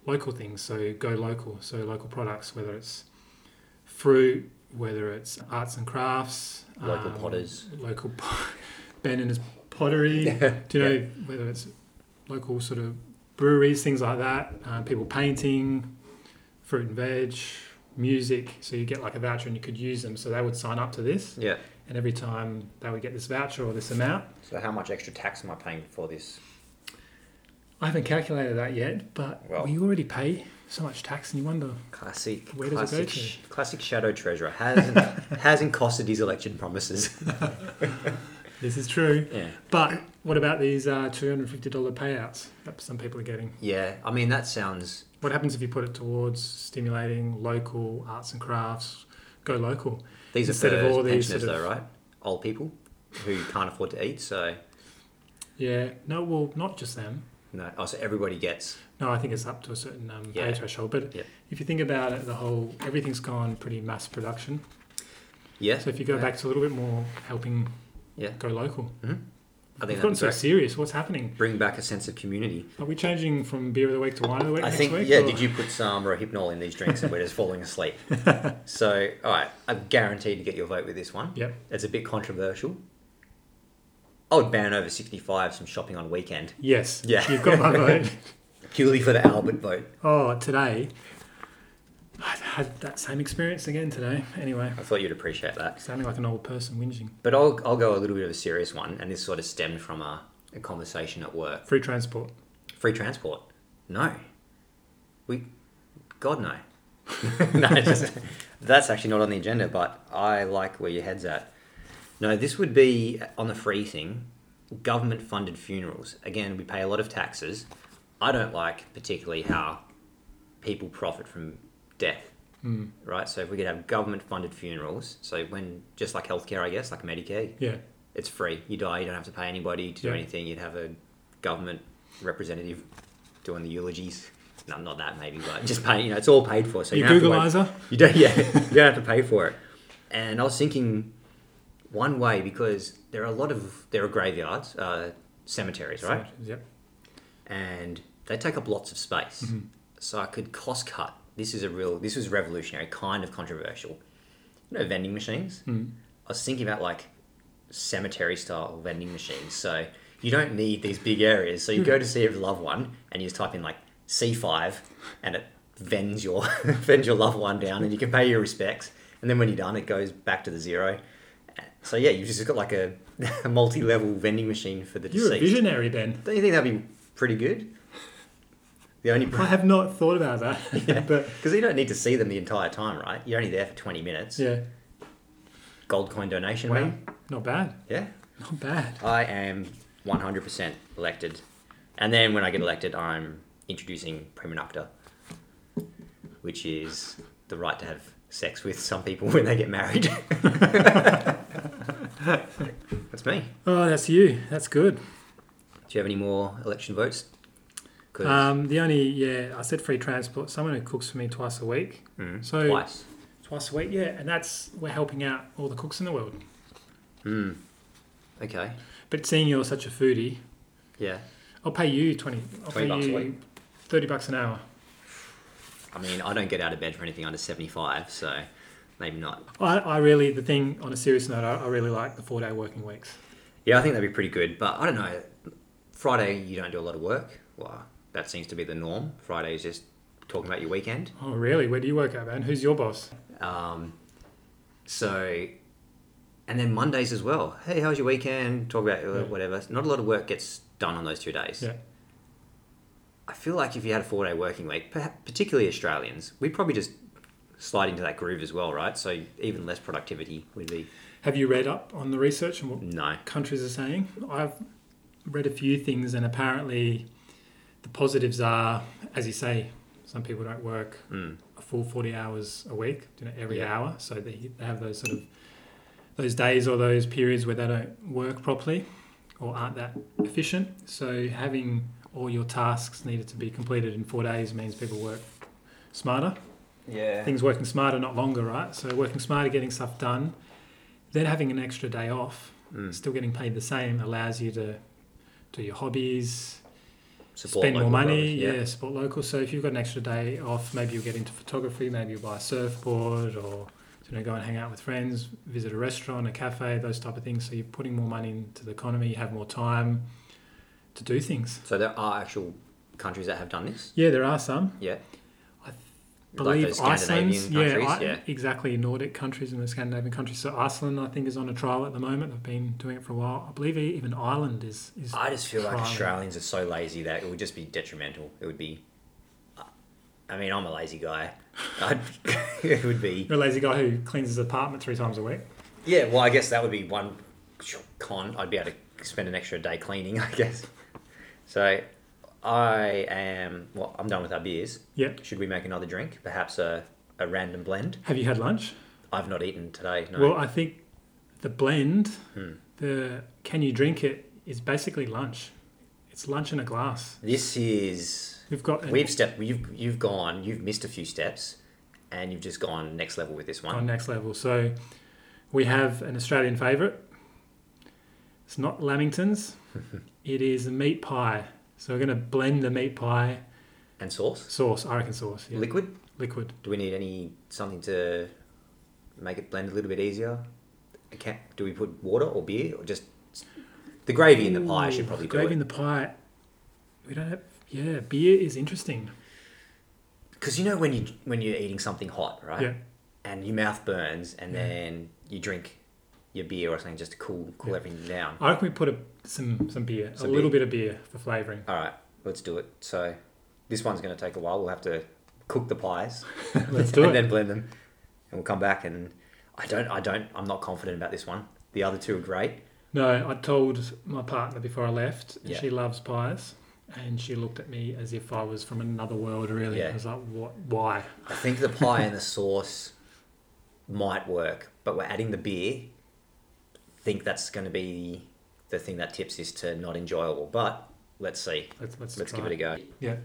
Speaker 2: local things? So go local. So local products, whether it's fruit, whether it's arts and crafts, um,
Speaker 3: Local potters.
Speaker 2: local po- Ben and his pottery. Do you know whether it's local sort of breweries, things like that, um, people painting, fruit and veg, music. So you get like a voucher and you could use them. So they would sign up to this,
Speaker 3: Yeah.
Speaker 2: and every time they would get this voucher or this amount.
Speaker 3: So how much extra tax am I paying for this?
Speaker 2: I haven't calculated that yet, but
Speaker 3: Well-
Speaker 2: we already pay so much tax, and you wonder
Speaker 3: Classic,
Speaker 2: Where does it go
Speaker 3: classic, sh- classic shadow treasurer hasn't hasn't costed his election promises.
Speaker 2: this is true.
Speaker 3: Yeah.
Speaker 2: But what about these uh, two hundred fifty dollar payouts that some people are getting?
Speaker 3: Yeah, I mean that sounds
Speaker 2: What happens if you put it towards stimulating local arts and crafts? Go local.
Speaker 3: These
Speaker 2: Instead
Speaker 3: are
Speaker 2: of
Speaker 3: for
Speaker 2: all these
Speaker 3: pensioners,
Speaker 2: sort of-
Speaker 3: though, right? Old people who can't afford to eat. So
Speaker 2: Yeah. No. Well, not just them.
Speaker 3: no. Oh, so everybody gets.
Speaker 2: No, I think it's up to a certain um,
Speaker 3: Yeah.
Speaker 2: pay threshold. But
Speaker 3: Yeah.
Speaker 2: if you think about it, the whole everything's gone pretty mass production.
Speaker 3: Yeah.
Speaker 2: So if you go
Speaker 3: yeah,
Speaker 2: back to a little bit more helping
Speaker 3: Yeah.
Speaker 2: go local,
Speaker 3: I
Speaker 2: we've
Speaker 3: think
Speaker 2: gotten
Speaker 3: that's
Speaker 2: so
Speaker 3: great.
Speaker 2: serious. What's happening?
Speaker 3: Bring back a sense of community.
Speaker 2: Are we changing from beer of the week to wine of the week
Speaker 3: I
Speaker 2: next
Speaker 3: think,
Speaker 2: week?
Speaker 3: yeah,
Speaker 2: or-
Speaker 3: did you put some rohypnol in these drinks and we're just falling asleep? So, all right, I'm guaranteed to get your vote with this one.
Speaker 2: Yep.
Speaker 3: It's a bit controversial. I would ban over 65s from shopping on weekend,
Speaker 2: Yes.
Speaker 3: Yeah.
Speaker 2: You've got my vote.
Speaker 3: purely for the Albert vote.
Speaker 2: Oh, today. I had that same experience again today. Anyway,
Speaker 3: I thought you'd appreciate that.
Speaker 2: sounding like an old person whinging.
Speaker 3: But I'll, I'll go a little bit of a serious one, and this sort of stemmed from a, a conversation at work.
Speaker 2: Free transport.
Speaker 3: Free transport? No. We, God no. no, just, that's actually not on the agenda. But I like where your head's at. No, this would be on the free thing. Government-funded funerals. Again, we pay a lot of taxes. I don't like particularly how people profit from death. Right. So if we could have government-funded funerals, so when just like healthcare, I guess, like Medicare,
Speaker 2: Yeah.
Speaker 3: it's free. You die, you don't have to pay anybody to do
Speaker 2: Yeah.
Speaker 3: anything. You'd have a government representative doing the eulogies. No, not that maybe, but just pay. You know, it's all paid for. So you,
Speaker 2: Your
Speaker 3: don't have to
Speaker 2: Googleizer?
Speaker 3: worry- You don't. Yeah, you don't have to pay for it. And I was thinking one way because there are a lot of there are graveyards, uh, cemeteries, right?
Speaker 2: Yep.
Speaker 3: and they take up lots of space.
Speaker 2: Mm-hmm.
Speaker 3: So I could cost cut. This is a real, this was revolutionary, kind of controversial. You know, vending machines.
Speaker 2: Mm-hmm.
Speaker 3: I was thinking about like cemetery style vending machines. So you don't need these big areas. So you go to see your loved one and you just type in like C5 and it vends your, vends your loved one down and you can pay your respects. And then when you're done, it goes back to the zero. So yeah, you've just got like a, a multi-level vending machine for the
Speaker 2: You're a
Speaker 3: deceased.
Speaker 2: visionary, Ben.
Speaker 3: Don't you think that'd be pretty good? The only
Speaker 2: I have not thought about that. but
Speaker 3: because you don't need to see them the entire time, right? You're only there for twenty minutes.
Speaker 2: yeah.
Speaker 3: Gold coin donation,
Speaker 2: Wow.
Speaker 3: man.
Speaker 2: Not bad.
Speaker 3: Yeah.
Speaker 2: Not bad.
Speaker 3: I am one hundred percent elected, and then when I get elected, I'm introducing prima nocta, which is the right to have sex with some people when they get married. That's me.
Speaker 2: Oh, that's you. That's good.
Speaker 3: Do you have any more election votes? 'Cause
Speaker 2: Um, the only, yeah, I said free transport. Someone who cooks for me twice a week. So
Speaker 3: twice.
Speaker 2: twice a week, yeah. And that's, we're helping out all the cooks in the world.
Speaker 3: Okay.
Speaker 2: But seeing you're such a foodie,
Speaker 3: Yeah.
Speaker 2: I'll pay you 20, I'll
Speaker 3: 20
Speaker 2: pay
Speaker 3: bucks a
Speaker 2: you
Speaker 3: week.
Speaker 2: 30 bucks an hour.
Speaker 3: I mean, I don't get out of bed for anything under 75, so maybe not.
Speaker 2: I, I really, the thing on a serious note, I, I really like the four day working weeks.
Speaker 3: Yeah, I think that'd be pretty good, but I don't know. Friday, you don't do a lot of work. Well, that seems to be the norm. Friday is just talking about your weekend.
Speaker 2: Oh, really? Where do you work at, man? Who's your boss?
Speaker 3: Um, so, and then Mondays as well. Hey, how's your weekend? Talk about
Speaker 2: Yeah.
Speaker 3: whatever. Not a lot of work gets done on those two days.
Speaker 2: Yeah.
Speaker 3: I feel like if you had a four day working week, perha- particularly Australians, we'd probably just slide into that groove as well, right? So, even less productivity would be
Speaker 2: Have you read up on the research and what
Speaker 3: no.
Speaker 2: countries are saying? I've read a few things, and apparently, the positives are, as you say, some people don't work
Speaker 3: Mm.
Speaker 2: a full 40 hours a week, you know, every
Speaker 3: Yeah.
Speaker 2: hour. So they, they have those sort of those days or those periods where they don't work properly or aren't that efficient. So having all your tasks needed to be completed in four days means people work smarter.
Speaker 3: Yeah.
Speaker 2: Things working smarter, not longer, right? So working smarter, getting stuff done, then having an extra day off,
Speaker 3: Mm.
Speaker 2: still getting paid the same, allows you to do your hobbies,
Speaker 3: support
Speaker 2: spend more
Speaker 3: local
Speaker 2: money.
Speaker 3: growers,
Speaker 2: yeah. support local. So if you've got an extra day off, maybe you'll get into photography. Maybe you'll buy a surfboard, or you know, go and hang out with friends, visit a restaurant, a cafe, those type of things. So you're putting more money into the economy. You have more time to do things.
Speaker 3: So there are actual countries that have done this.
Speaker 2: Yeah, there are some.
Speaker 3: Yeah.
Speaker 2: I th-
Speaker 3: Like
Speaker 2: believe
Speaker 3: those Scandinavian
Speaker 2: Iceland's,
Speaker 3: countries.
Speaker 2: yeah, I-
Speaker 3: yeah.
Speaker 2: exactly. Nordic countries and the Scandinavian countries. So Iceland, I think, is on a trial at the moment. I've been doing it for a while. I believe e- even Ireland is. is
Speaker 3: I just feel like
Speaker 2: trialing.
Speaker 3: Australians are so lazy that it would just be detrimental. It would be. I mean, I'm a lazy guy. I'd, it would be.
Speaker 2: You're a lazy guy who cleans his apartment three times a week.
Speaker 3: Yeah, well, I guess that would be one con. I'd be able to spend an extra day cleaning, I guess. So I am. Well, I'm done with our beers.
Speaker 2: Yeah.
Speaker 3: Should we make another drink? Perhaps a, a random blend?
Speaker 2: Have you had lunch?
Speaker 3: I've not eaten today. No. Hmm.
Speaker 2: Well, I think the blend, the can you drink it, is basically lunch. It's lunch in a glass.
Speaker 3: this is.
Speaker 2: We've got an-
Speaker 3: We've stepped. You've you've gone. You've missed a few steps, and you've just gone next level with this one.
Speaker 2: on next level. So we have an Australian favourite. It's not Lamingtons. it is a meat pie. So we're going to blend the meat pie
Speaker 3: And sauce.
Speaker 2: sauce, I reckon sauce, yeah.
Speaker 3: Liquid.
Speaker 2: liquid.
Speaker 3: Do we need any something to make it blend a little bit easier? Can, do we put water or beer or just the gravy in the pie?
Speaker 2: Ooh,
Speaker 3: should probably
Speaker 2: gravy
Speaker 3: do
Speaker 2: in
Speaker 3: it
Speaker 2: the pie. We don't have. Yeah, beer is interesting.
Speaker 3: because you know when you when you're eating something hot, right?
Speaker 2: Yeah.
Speaker 3: And your mouth burns, and
Speaker 2: Yeah.
Speaker 3: then you drink your beer or something just to cool cool
Speaker 2: Yeah.
Speaker 3: everything down.
Speaker 2: I reckon we put a, some some beer,
Speaker 3: Some
Speaker 2: a little
Speaker 3: beer.
Speaker 2: bit of beer for flavouring.
Speaker 3: All right, let's do it. So this one's going to take a while. We'll have to cook the pies.
Speaker 2: Let's do
Speaker 3: and
Speaker 2: it.
Speaker 3: then blend them, and we'll come back. And I don't, I don't, I'm not confident about this one. The other two are great.
Speaker 2: No, I told my partner before I left, and
Speaker 3: Yeah.
Speaker 2: she loves pies, and she looked at me as if I was from another world. Really,
Speaker 3: Yeah.
Speaker 2: I was like, "What? Why?"
Speaker 3: I think the pie and the sauce might work, but we're adding the beer. Think that's going to be the thing that tips this to not enjoyable. But let's see.
Speaker 2: Let's let's,
Speaker 3: Let's
Speaker 2: try
Speaker 3: give it a go.
Speaker 2: Yeah,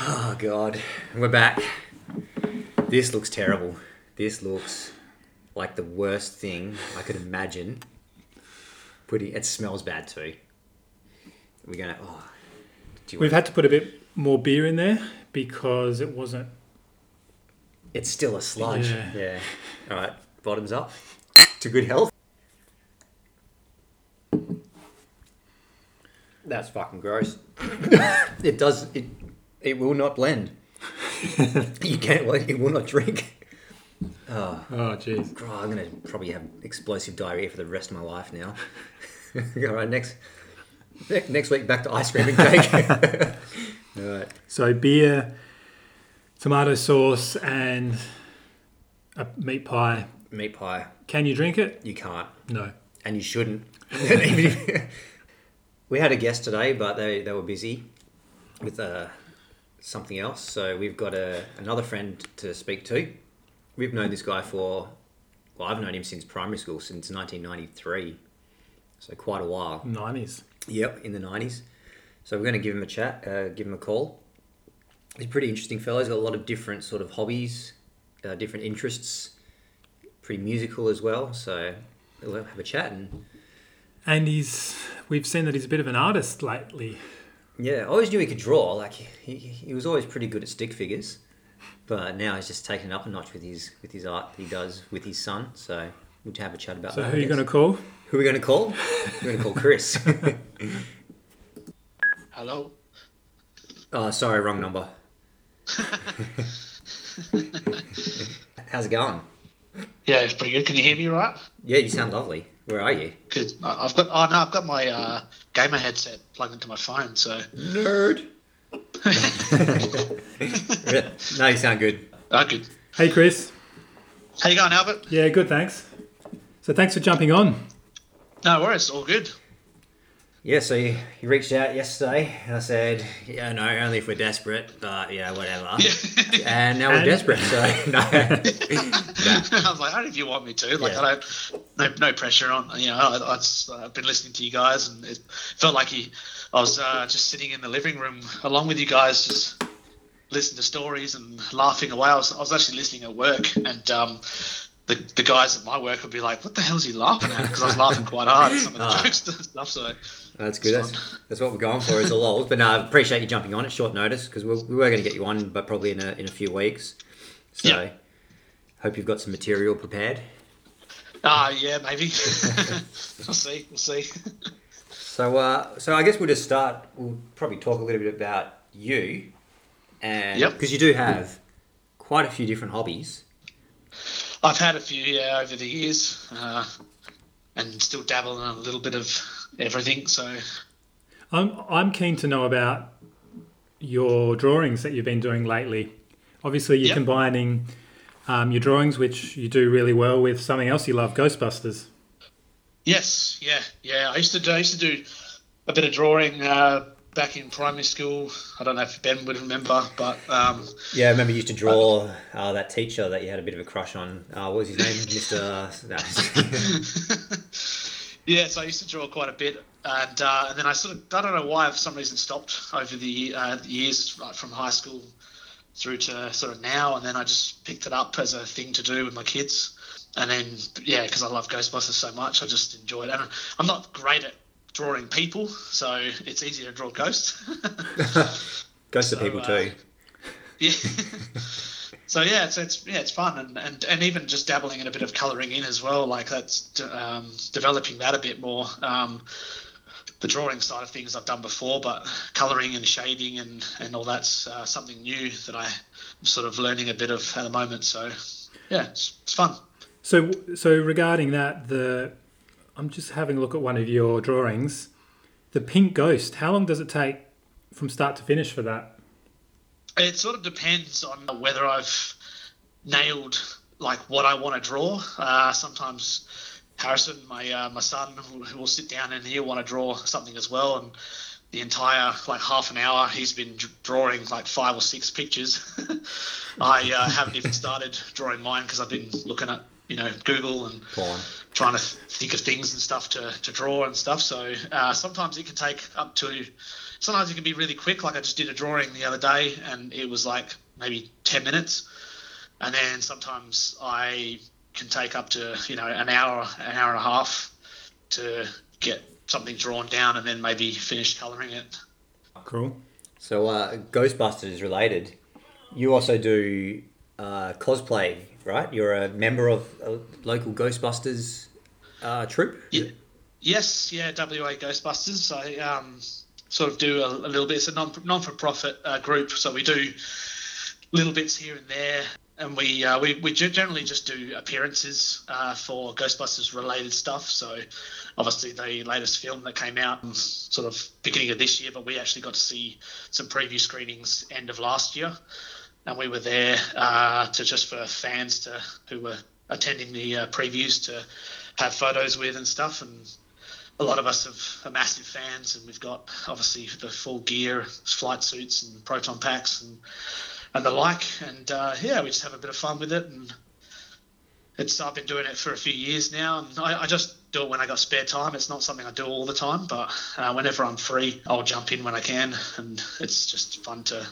Speaker 3: Oh god, we're back. This looks terrible. This looks like the worst thing I could imagine. Putting it smells bad too. We're gonna. Oh, do you
Speaker 2: we've
Speaker 3: want-
Speaker 2: had to put a bit more beer in there because it wasn't.
Speaker 3: it's still a sludge.
Speaker 2: Yeah.
Speaker 3: yeah. All right. Bottoms up. To good health. That's fucking gross. it does. It. It will not blend. you can't. It will not drink.
Speaker 2: Oh, jeez.
Speaker 3: Oh, I'm gonna probably have explosive diarrhea for the rest of my life now. All right, next ne- next week back to ice cream and cake. All right,
Speaker 2: So beer, tomato sauce, and a meat pie.
Speaker 3: meat pie.
Speaker 2: Can you drink it?
Speaker 3: You can't,
Speaker 2: No.
Speaker 3: and you shouldn't. we had a guest today, but they they were busy with uh, something else, so we've got a another friend to speak to. We've known this guy for well, I've known him since primary school, since 1993, so quite a while.
Speaker 2: Nineties.
Speaker 3: Yep, in the nineties. So we're going to give him a chat, uh, give him a call. He's a pretty interesting fellow. He's got a lot of different sort of hobbies, uh, different interests. Pretty musical as well. So we'll have a chat and
Speaker 2: And he's. We've seen that he's a bit of an artist lately.
Speaker 3: yeah, I always knew he could draw. Like he, he was always pretty good at stick figures, but now he's just taken it up a notch with his with his art that he does with his son. So we'll have a chat about
Speaker 2: So
Speaker 3: that.
Speaker 2: who
Speaker 3: I
Speaker 2: are you
Speaker 3: guess.
Speaker 2: going to call?
Speaker 3: who are we going to call? we're going to call Chris.
Speaker 1: Hello?
Speaker 3: oh, sorry, wrong number. How's it going?
Speaker 1: Yeah, it's pretty good. Can you hear me all right?
Speaker 3: Yeah, you sound lovely. Where are you?
Speaker 1: Good. I- I've got oh no, I've got my uh, gamer headset plugged into my phone, so
Speaker 3: Nerd. no, you sound good.
Speaker 1: oh, good.
Speaker 2: Hey, Chris.
Speaker 1: How you going, Albert?
Speaker 2: Yeah, good. Thanks. So thanks for jumping on.
Speaker 1: No worries, all good.
Speaker 3: Yeah, so you, you reached out yesterday, and I said, yeah, no, only if we're desperate, but yeah, whatever. And now we're
Speaker 2: And-
Speaker 3: desperate, so no.
Speaker 1: I was like, I don't know if you want me to. Like,
Speaker 3: Yeah.
Speaker 1: I don't. No, no pressure on. You know, I, I just, uh, I've been listening to you guys, and it felt like you, I was uh, just sitting in the living room along with you guys, just listening to stories and laughing away. I was, I was actually listening at work, and um, the, the guys at my work would be like, "What the hell is he laughing at?" Because I was laughing quite hard at some of the
Speaker 3: Ah.
Speaker 1: jokes and stuff. So
Speaker 3: That's good. That's, that's what we're going for is a lol. But no, I appreciate you jumping on at short notice because we we were going to get you on, but probably in a, in a few weeks. So
Speaker 1: Yeah.
Speaker 3: hope you've got some material prepared.
Speaker 1: ah, yeah, maybe we'll see. We'll see.
Speaker 3: So uh, so I guess we'll just start. We'll probably talk a little bit about you, and
Speaker 1: Yep.
Speaker 3: because you do have quite a few different hobbies.
Speaker 1: I've had a few yeah over the years, uh, and still dabble in a little bit of everything. So
Speaker 2: I'm I'm keen to know about your drawings that you've been doing lately. Obviously, you're
Speaker 1: Yep.
Speaker 2: combining um, your drawings, which you do really well, with something else you love, Ghostbusters.
Speaker 1: Yes, yeah, yeah. I used to do, I used to do a bit of drawing uh, back in primary school. I don't know if Ben would remember, but um,
Speaker 3: Yeah, I remember you used to draw uh, that teacher that you had a bit of a crush on. Uh, what was his name, Mister?
Speaker 1: yeah, so I used to draw quite a bit, and uh, and then I sort of I don't know why I've for some reason stopped over the uh, years like from high school through to sort of now, and then I just picked it up as a thing to do with my kids, and then yeah, because I love Ghostbusters so much, I just enjoy it. And I'm not great at drawing people, so it's easier to draw ghosts.
Speaker 3: Ghosts of
Speaker 1: So,
Speaker 3: people
Speaker 1: uh,
Speaker 3: too.
Speaker 1: yeah. so yeah, it's, it's yeah, it's fun, and, and and even just dabbling in a bit of colouring in as well. Like that's um, developing that a bit more. Um, the drawing side of things I've done before, but colouring and shading and and all that's uh, something new that I'm sort of learning a bit of at the moment. So yeah, it's, it's fun.
Speaker 2: So so regarding that, the I'm just having a look at one of your drawings, the pink ghost. How long does it take from start to finish for that?
Speaker 1: It sort of depends on whether I've nailed like what I want to draw. Uh, sometimes Harrison, my uh, my son, will, will sit down and he'll want to draw something as well, and the entire like half an hour he's been d- drawing like five or six pictures. I uh, haven't even started drawing mine because I've been looking at you know Google and
Speaker 3: Porn.
Speaker 1: trying to th- think of things and stuff to, to draw and stuff. So uh, sometimes it can take up to, sometimes it can be really quick. Like I just did a drawing the other day and it was like maybe 10 minutes. And then sometimes I can take up to, you know, an hour, an hour and a half to get something drawn down and then maybe finish colouring it.
Speaker 2: Cool.
Speaker 3: So uh, Ghostbusters is related. You also do uh, cosplay, right? You're a member of a local Ghostbusters uh, troupe.
Speaker 1: Yeah. Yes, yeah, WA Ghostbusters. I um, sort of do a, a little bit. It's a non non for profit uh, group, so we do little bits here and there, and we uh, we we ge- generally just do appearances uh, for Ghostbusters related stuff. So obviously the latest film that came out, um, sort of beginning of this year, but we actually got to see some preview screenings end of last year, and we were there uh, to just for fans to who were attending the uh, previews to have photos with and stuff and a lot of us have, are massive fans and we've got obviously the full gear flight suits and proton packs and and the like and uh, yeah we just have a bit of fun with it and it's i've been doing it for a few years now and i, I just do it when i got spare time it's not something i do all the time but uh, whenever i'm free i'll jump in when i can and it's just fun to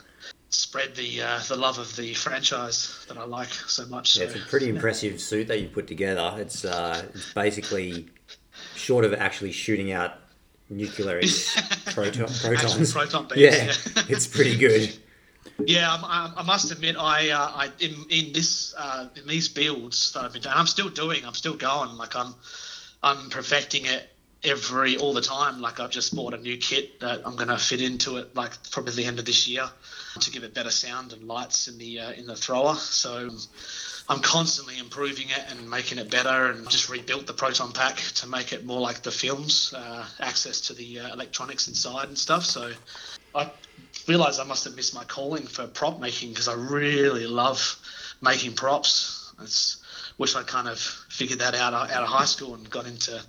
Speaker 1: spread the uh, the love of the franchise that i like so much
Speaker 3: Yeah,
Speaker 1: so.
Speaker 3: it's a pretty impressive suit that you put together. It's uh, it's basically short of actually shooting out nuclear ex- proton,
Speaker 1: Actual
Speaker 3: protons.
Speaker 1: proton beams,
Speaker 3: yeah,
Speaker 1: yeah.
Speaker 3: it's pretty good.
Speaker 1: Yeah, I'm, I, I must admit, I, uh, I in, in this uh, in these builds that I've been doing, I'm still doing, I'm still going. Like I'm, I'm perfecting it every all the time. Like I've just bought a new kit that I'm gonna fit into it, like probably the end of this year, to give it better sound and lights in the uh, in the thrower. So I'm constantly improving it and making it better, and just rebuilt the proton pack to make it more like the films, uh, access to the uh, electronics inside and stuff. So I realized I must have missed my calling for prop making because I really love making props. It's wish I kind of figured that out out of high school and got into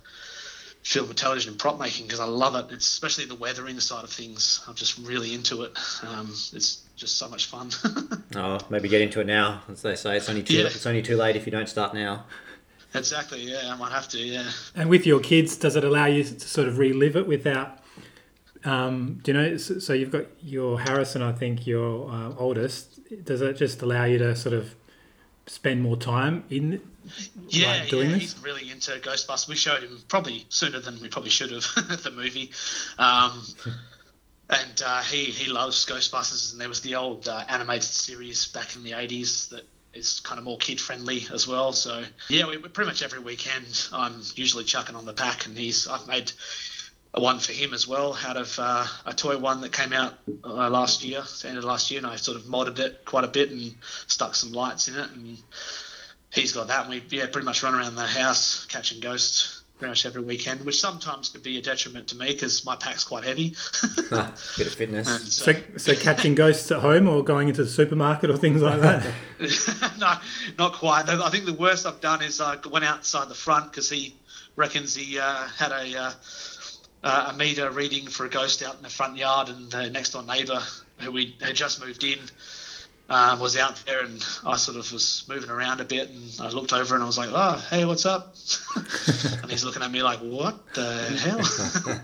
Speaker 1: film and television and prop making because I love it. It's especially the weathering side of things. I'm just really into it. Um, it's just so much fun.
Speaker 3: Oh, maybe get into it now. As they say, it's only too
Speaker 1: Yeah.
Speaker 3: it's only too late if you don't start now.
Speaker 1: exactly. Yeah, I might have to. Yeah.
Speaker 2: And with your kids, does it allow you to sort of relive it without Um, do you know? So so you've got your Harrison, I think your uh, oldest. Does that just allow you to sort of spend more time in?
Speaker 1: Yeah,
Speaker 2: like, doing
Speaker 1: yeah,
Speaker 2: this?
Speaker 1: he's really into Ghostbusters. We showed him probably sooner than we probably should have the movie, um, and uh, he he loves Ghostbusters. And there was the old uh, animated series back in the eighties that is kind of more kid friendly as well. So yeah, we, we pretty much every weekend I'm usually chucking on the pack, and he's I've made. a One for him as well, out of uh, a toy one that came out uh, last year, the end of last year, and I sort of modded it quite a bit and stuck some lights in it, and he's got that. And we yeah, pretty much run around the house catching ghosts pretty much every weekend, which sometimes could be a detriment to me because my pack's quite heavy.
Speaker 3: Ah, bit of
Speaker 1: And
Speaker 3: fitness.
Speaker 2: So,
Speaker 1: so,
Speaker 2: so catching ghosts at home or going into the supermarket or things like that.
Speaker 1: no, not quite. I think the worst I've done is I went outside the front because he reckons he uh, had a. Uh, uh, a meter reading for a ghost out in the front yard, and the next door neighbour who we had just moved in uh, was out there, and I sort of was moving around a bit, and I looked over and I was like, "Oh, hey, what's up?" and he's looking at me like, "What the hell?"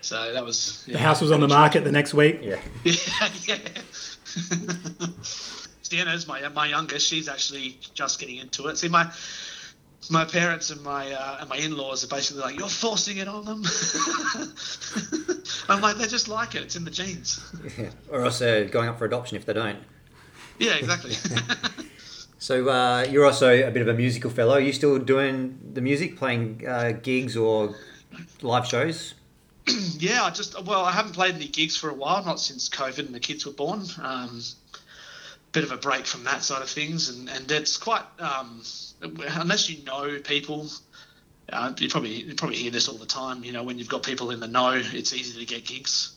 Speaker 1: so that was
Speaker 2: The
Speaker 1: yeah.
Speaker 2: house was on the market the next week.
Speaker 3: Yeah.
Speaker 1: yeah, yeah. Sienna's my my youngest. She's actually just getting into it. See, my my parents and my uh, and my in laws are basically like, "You're forcing it on them." I'm like, they just like it. It's in the genes.
Speaker 3: Or else they're going up for adoption if they don't.
Speaker 1: Yeah, exactly.
Speaker 3: So uh, you're also a bit of a musical fellow. Are you still doing the music, playing uh, gigs or live shows?
Speaker 1: yeah, I just well, I haven't played any gigs for a while, not since COVID and the kids were born. Um, bit of a break from that side of things, and and it's quite um, unless you know people. Uh, you probably you probably hear this all the time. You know, when you've got people in the know, it's easy to get gigs.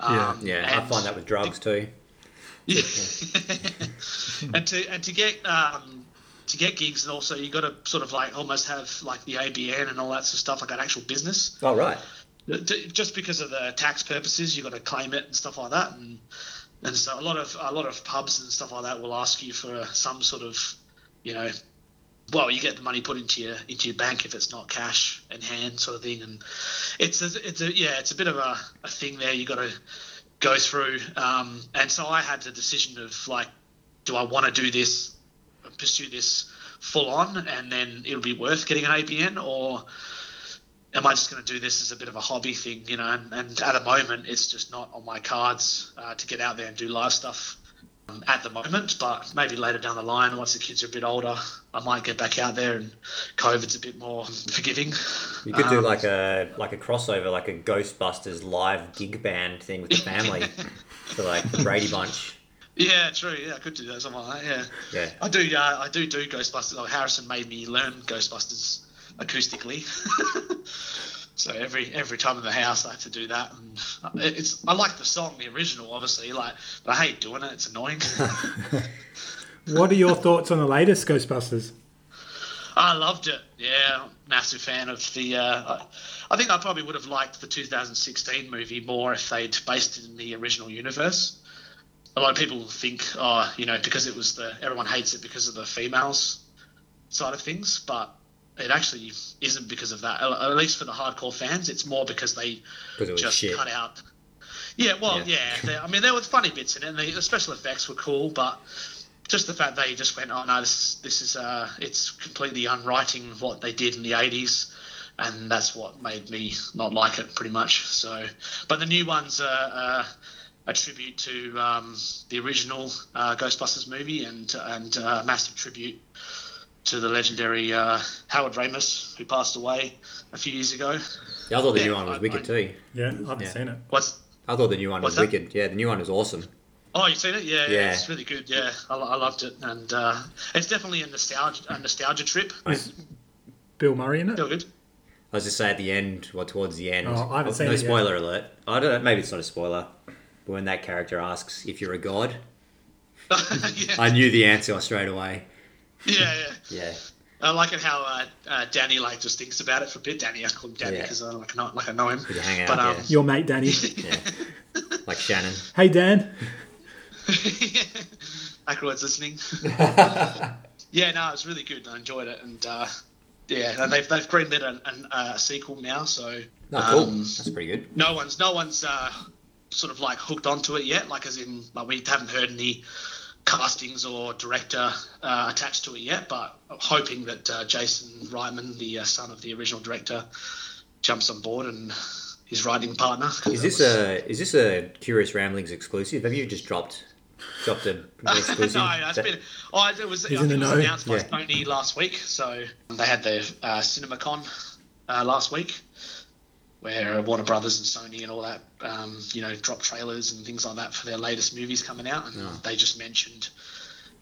Speaker 1: Um,
Speaker 3: I
Speaker 1: and-
Speaker 3: find that with drugs too.
Speaker 1: yeah. and to and to get um, to get gigs, and also you got to sort of like almost have like the ABN and all that sort of stuff, like an actual business.
Speaker 3: Oh right.
Speaker 1: D- just because of the tax purposes, you've got to claim it and stuff like that, and and so a lot of a lot of pubs and stuff like that will ask you for uh, some sort of, you know, well, you get the money put into your into your bank if it's not cash in hand, sort of thing, and it's a, it's a yeah, it's a bit of a, a thing there. You got to go through, um, and so I had the decision of like, do I want to do this, pursue this full on, and then it'll be worth getting an ABN, or am I just going to do this as a bit of a hobby thing, you know? And, and at the moment, it's just not on my cards uh, to get out there and do live stuff um, at the moment. But maybe later down the line, once the kids are a bit older, I might get back out there. And COVID's a bit more forgiving.
Speaker 3: You could do
Speaker 1: Um,
Speaker 3: like a like a crossover, like a Ghostbusters live gig band thing with the family, so like the Brady Bunch.
Speaker 1: Yeah, true. Yeah, I could do that. Something like that. Yeah.
Speaker 3: Yeah.
Speaker 1: I do. Uh, I do do Ghostbusters. Oh, Harrison made me learn Ghostbusters acoustically. so every every time in the house, I have to do that. And it- it's I like the song, the original, obviously. Like, but I hate doing it. It's annoying.
Speaker 2: What are your thoughts on the latest Ghostbusters?
Speaker 1: I loved it. Yeah, massive fan of the. Uh, I- I think I probably would have liked the 2016 movie more if they'd based it in the original universe. A lot of people think, oh, you know, because it was the everyone hates it because of the females side of things, but it actually isn't because of that. At at least for the hardcore fans, it's more because they
Speaker 3: Because it was
Speaker 1: just
Speaker 3: shit.
Speaker 1: cut out. Yeah, well,
Speaker 3: Yeah.
Speaker 1: yeah. there- I mean, there were funny bits in it, and the, the special effects were cool, but just the fact they just went, "Oh no, this this is uh, it's completely unwriting what they did in the '80s," and that's what made me not like it pretty much. So, but the new ones are uh, a tribute to um, the original uh, Ghostbusters movie and and uh, a massive tribute to the legendary uh, Howard Ramus, who passed away a few years ago.
Speaker 3: Yeah, I thought the new
Speaker 1: Yeah,
Speaker 3: one was
Speaker 1: I-
Speaker 3: wicked
Speaker 1: I-
Speaker 3: too.
Speaker 2: Yeah, I haven't
Speaker 3: Yeah.
Speaker 2: seen it.
Speaker 1: What's
Speaker 3: I thought the new one was
Speaker 1: What's that?
Speaker 3: wicked. Yeah, the new one is awesome.
Speaker 1: Oh, you've seen it? Yeah, yeah.
Speaker 3: Yeah.
Speaker 1: it's really good. Yeah, I, lo- I loved it, and uh, it's definitely a nostalgia, a nostalgia trip.
Speaker 2: Is Bill Murray in it?
Speaker 1: Feel good.
Speaker 3: I was just say at the end, or towards the end.
Speaker 2: Oh, I haven't seen
Speaker 3: no
Speaker 2: it yet.
Speaker 3: spoiler alert. I don't know. Maybe it's not a spoiler. But when that character asks if you're a god,
Speaker 1: yeah,
Speaker 3: I knew the answer straight away.
Speaker 1: yeah, yeah.
Speaker 3: Yeah.
Speaker 1: I like it how uh, uh, Danny like just thinks about it for a bit. Danny, I call him Danny
Speaker 3: Yeah.
Speaker 1: because I like know, like I know him.
Speaker 3: You hang out,
Speaker 1: but um,
Speaker 2: Your mate Danny.
Speaker 3: yeah. yeah. Like Shannon.
Speaker 2: hey Dan.
Speaker 1: Ackroyd's listening. yeah, no, it was really good. I enjoyed it, and uh, yeah, and they've they've greenlit an, an, a sequel now, so
Speaker 3: No, Oh, cool.
Speaker 1: um,
Speaker 3: That's pretty good.
Speaker 1: no one's no one's uh, sort of like hooked onto it yet. Like as in, like we haven't heard any castings or director uh, attached to it yet. But I'm hoping that uh, Jason Reitman, the uh, son of the original director, jumps on board and his writing partner.
Speaker 3: Is this a is this a Curious Ramblings exclusive? Have you just dropped dropped a an exclusive?
Speaker 1: no, that's been. Oh, it was, I
Speaker 2: He's
Speaker 1: think
Speaker 2: in the
Speaker 1: it was
Speaker 2: know.
Speaker 1: announced by
Speaker 3: Yeah.
Speaker 1: Sony last week. So they had their uh, CinemaCon uh, last week, where uh, Warner Brothers and Sony and all that, um, you know, drop trailers and things like that for their latest movies coming out, and they just mentioned.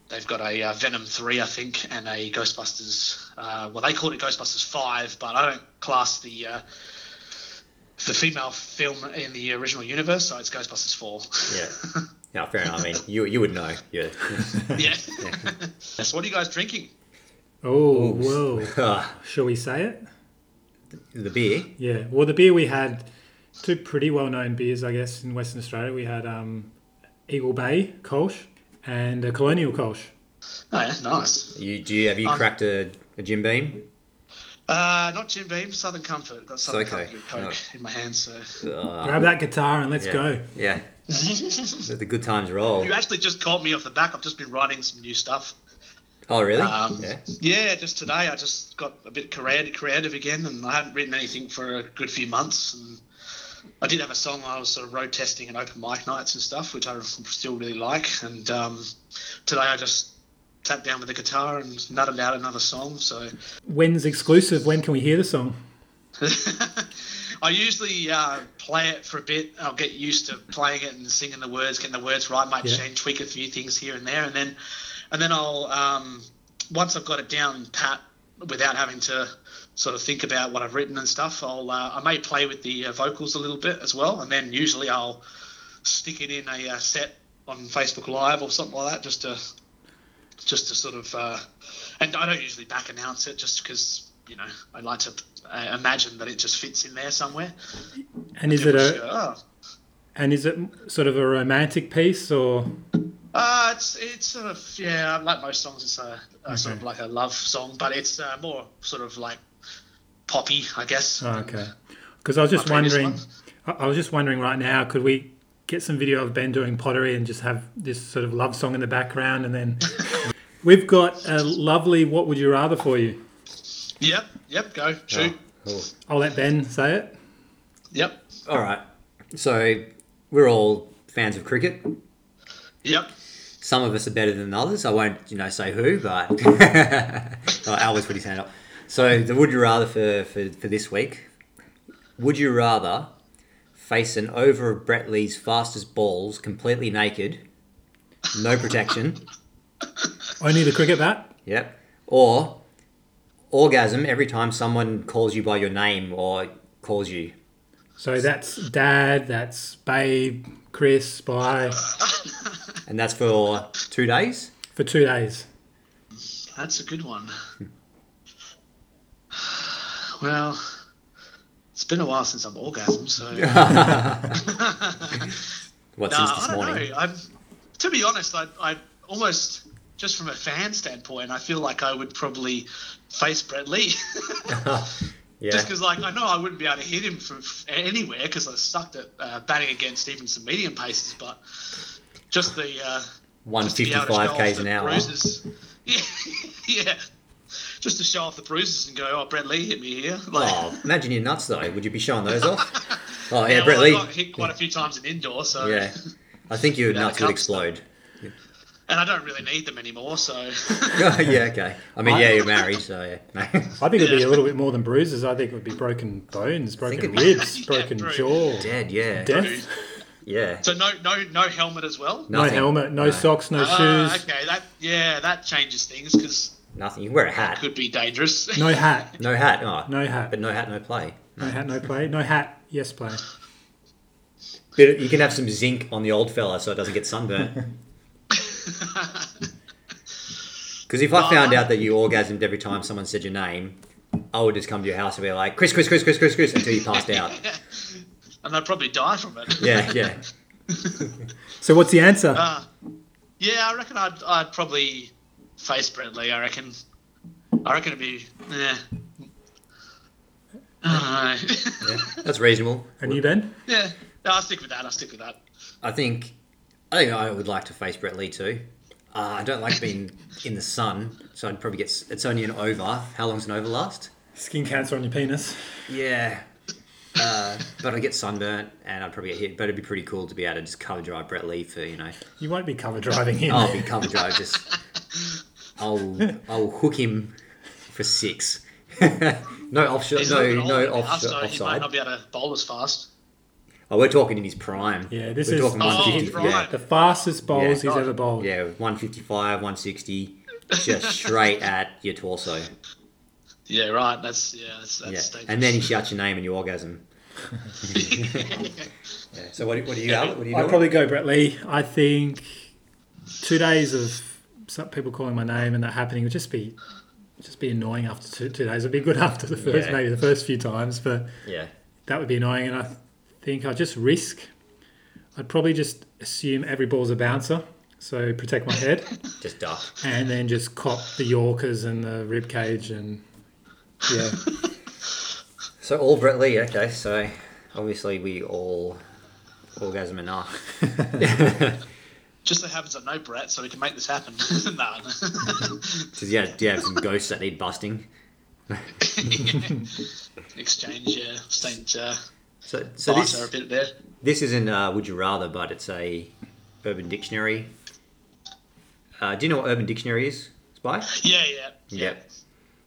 Speaker 1: They've got a uh, Venom 3, I think, and a Ghostbusters. Uh, well, they called it Ghostbusters 5, but I don't class the uh, the female film in the original universe, so it's Ghostbusters 4.
Speaker 3: yeah. No, fair enough. I mean, you you would know. Yeah.
Speaker 1: yeah. so, what are you guys drinking?
Speaker 2: Oh, whoa.
Speaker 3: Ah,
Speaker 2: Shall we say it?
Speaker 3: the beer.
Speaker 2: Yeah. Well, the beer we had, two pretty well known beers, I guess, in Western Australia. We had um, Eagle Bay Kolsch and a Colonial Kolsch.
Speaker 1: Oh, yeah, nice.
Speaker 3: You do you, have you
Speaker 1: Um,
Speaker 3: cracked a, a Jim Beam?
Speaker 1: Uh, not Jim Beam, Southern Comfort. Got Southern
Speaker 3: okay.
Speaker 1: Comfort Coke in my hand, so.
Speaker 3: Ah,
Speaker 2: Grab that guitar and let's
Speaker 3: yeah.
Speaker 2: go.
Speaker 3: Yeah. Let the good times roll.
Speaker 1: You actually just caught me off the back. I've just been writing some new stuff.
Speaker 3: Oh really?
Speaker 1: Um,
Speaker 3: yeah.
Speaker 1: yeah. just today I just got a bit creative, creative again, and I hadn't written anything for a good few months. And I did have a song I was sort of road testing and open mic nights and stuff, which I still really like. And um, today I just sat down with the guitar and nutted out another song. So
Speaker 2: When's exclusive? When can we hear the song?
Speaker 1: I usually uh, play it for a bit. I'll get used to playing it and singing the words, getting the words right. Might
Speaker 2: Yeah.
Speaker 1: change, tweak a few things here and there, and then, and then I'll um, once I've got it down pat, without having to sort of think about what I've written and stuff. I'll uh, I may play with the uh, vocals a little bit as well, and then usually I'll stick it in a uh, set on Facebook Live or something like that, just to just to sort of, uh, and I don't usually back announce it just because you know I like to uh, imagine that it just fits in there somewhere.
Speaker 2: And is it a
Speaker 1: Oh.
Speaker 2: and is it sort of a romantic piece or
Speaker 1: Uh, it's it's sort of yeah, like most songs, it's a, a sort of like a love song, but it's uh, more sort of like poppy, I guess.
Speaker 2: oh, okay? Because I was just
Speaker 1: My previous
Speaker 2: wondering,
Speaker 1: one?
Speaker 2: I I was just wondering right now, could we get some video of Ben doing pottery and just have this sort of love song in the background, and then we've got a lovely "What Would You Rather" for you.
Speaker 1: Yep, yep, go shoot.
Speaker 3: Oh.
Speaker 2: I'll let Ben say it.
Speaker 1: Yep,
Speaker 3: All right. So we're all fans of cricket.
Speaker 1: yep.
Speaker 3: Some of us are better than others. I won't, you know, say who, but oh, Al was put his hand up. So the would you rather for, for, for this week? Would you rather face an over of Brett Lee's fastest balls completely naked, no protection?
Speaker 2: Only the cricket bat.
Speaker 3: Yep. Or orgasm every time someone calls you by your name or calls you.
Speaker 2: So that's Dad, that's Babe, Chris, Spy
Speaker 3: And that's for two days?
Speaker 2: for two days.
Speaker 1: That's a good one. Well, it's been a while since I've orgasmed, so.
Speaker 3: What,
Speaker 1: Nah,
Speaker 3: since this
Speaker 1: I don't
Speaker 3: morning?
Speaker 1: know. I'm, to be honest, I, I almost, just from a fan standpoint, I feel like I would probably face Brett Lee.
Speaker 3: Yeah.
Speaker 1: just because, like, I know I wouldn't be able to hit him from f- anywhere because I sucked at uh, batting against even some medium paces, but just the. Uh, just to be able to show
Speaker 3: 155
Speaker 1: off
Speaker 3: k's
Speaker 1: the
Speaker 3: an hour.
Speaker 1: Bruises. Yeah, yeah. Just to show off the bruises and go, oh, Brett Lee hit me here. Like,
Speaker 3: Oh, imagine your nuts though. Would you be showing those off? Oh yeah,
Speaker 1: yeah,
Speaker 3: Brett
Speaker 1: well, I
Speaker 3: Lee.
Speaker 1: got hit quite a few times in indoor, so.
Speaker 3: Yeah, I think your
Speaker 1: the
Speaker 3: nuts would
Speaker 1: cups.
Speaker 3: explode.
Speaker 1: And I don't really need them anymore, so.
Speaker 3: Oh, yeah, okay. I mean, yeah, you're married, so yeah.
Speaker 2: I think it'd be a little bit more than bruises. I think it would be broken bones,
Speaker 3: it'd
Speaker 2: broken
Speaker 3: be-
Speaker 2: ribs,
Speaker 1: Yeah,
Speaker 2: broken
Speaker 1: bro.
Speaker 2: jaw,
Speaker 3: Dead, yeah,
Speaker 2: death.
Speaker 3: yeah.
Speaker 1: So no, no, no helmet as well.
Speaker 2: No
Speaker 3: Nothing.
Speaker 2: helmet, no,
Speaker 3: No.
Speaker 2: socks, no
Speaker 1: Ah,
Speaker 2: shoes,
Speaker 1: okay, that yeah, that changes things because
Speaker 3: Nothing. You can wear a hat.
Speaker 1: could be dangerous.
Speaker 2: no hat,
Speaker 3: No hat. Oh,
Speaker 2: no hat,
Speaker 3: But no hat, no play.
Speaker 2: no hat, no play, no hat. Yes, play.
Speaker 3: But you can have some zinc on the old fella so it doesn't get sunburnt. Because if I found out that you orgasmed every time someone said your name, I would just come to your house and be like, Chris, Chris, Chris, Chris, Chris, Chris, until you passed out.
Speaker 1: and I'd probably die from it.
Speaker 3: Yeah, yeah.
Speaker 2: So what's the answer?
Speaker 1: Ah. yeah, I reckon I'd I'd probably face Brett Lee. I reckon. I reckon it'd be yeah. No.
Speaker 3: Yeah, that's reasonable.
Speaker 2: And you, Ben?
Speaker 1: yeah. No, I'll stick with that. I'll stick with that.
Speaker 3: I think I think I would like to face Brett Lee too. Uh, I don't like being in the sun, so I'd probably get. s- It's only an over. How long's an over last?
Speaker 2: Skin cancer on your penis.
Speaker 3: Yeah. Uh, but I'd get sunburnt and I'd probably get hit. But it'd be pretty cool to be able to just cover drive Brett Lee for you know.
Speaker 2: You won't be cover driving him.
Speaker 3: I'll be cover drive. Just I'll I'll hook him for six. no offshore.
Speaker 1: He's not
Speaker 3: No
Speaker 1: even
Speaker 3: no
Speaker 1: older than us,
Speaker 3: offshore,
Speaker 1: so He might
Speaker 3: offside.
Speaker 1: not be able to bowl as fast.
Speaker 3: Oh, we're talking in his prime.
Speaker 2: Yeah, this
Speaker 3: we're
Speaker 2: is
Speaker 3: talking
Speaker 1: Oh,
Speaker 3: 150. Yeah.
Speaker 1: right.
Speaker 2: the fastest bowls
Speaker 3: Yeah.
Speaker 2: he's ever bowled.
Speaker 3: Yeah, 155, 160, just straight at your torso.
Speaker 1: Yeah, right. That's yeah. That's,
Speaker 3: Yeah.
Speaker 1: that's dangerous.
Speaker 3: And then he shouts your name and you orgasm. yeah. So what, do- what do you, Alec? What do you
Speaker 2: I'd
Speaker 3: do?
Speaker 2: probably go Brett Lee. I think two days of some people calling my name and that happening would just be just be annoying after two, two days. It'd be good after the first
Speaker 3: Yeah.
Speaker 2: maybe the first few times, but
Speaker 3: Yeah.
Speaker 2: that would be annoying. And I think I'd just risk. I'd probably just assume every ball's a bouncer, so protect my head,
Speaker 3: Just duck.
Speaker 2: and then just cop the Yorkers and the rib cage and yeah.
Speaker 3: So all Brett Lee. Okay. So obviously we all orgasm enough.
Speaker 1: Just so happens I know Brett, so we can make this happen. nah.
Speaker 3: Does yeah, do you have some ghosts that need busting?
Speaker 1: Exchange, yeah. Exchange, uh,
Speaker 3: So, so
Speaker 1: so
Speaker 3: this,
Speaker 1: are a bit there.
Speaker 3: this isn't uh, Would You Rather, but it's a Urban Dictionary. Uh, do you know what Urban Dictionary is, Spy?
Speaker 1: Yeah, yeah.
Speaker 3: Yeah.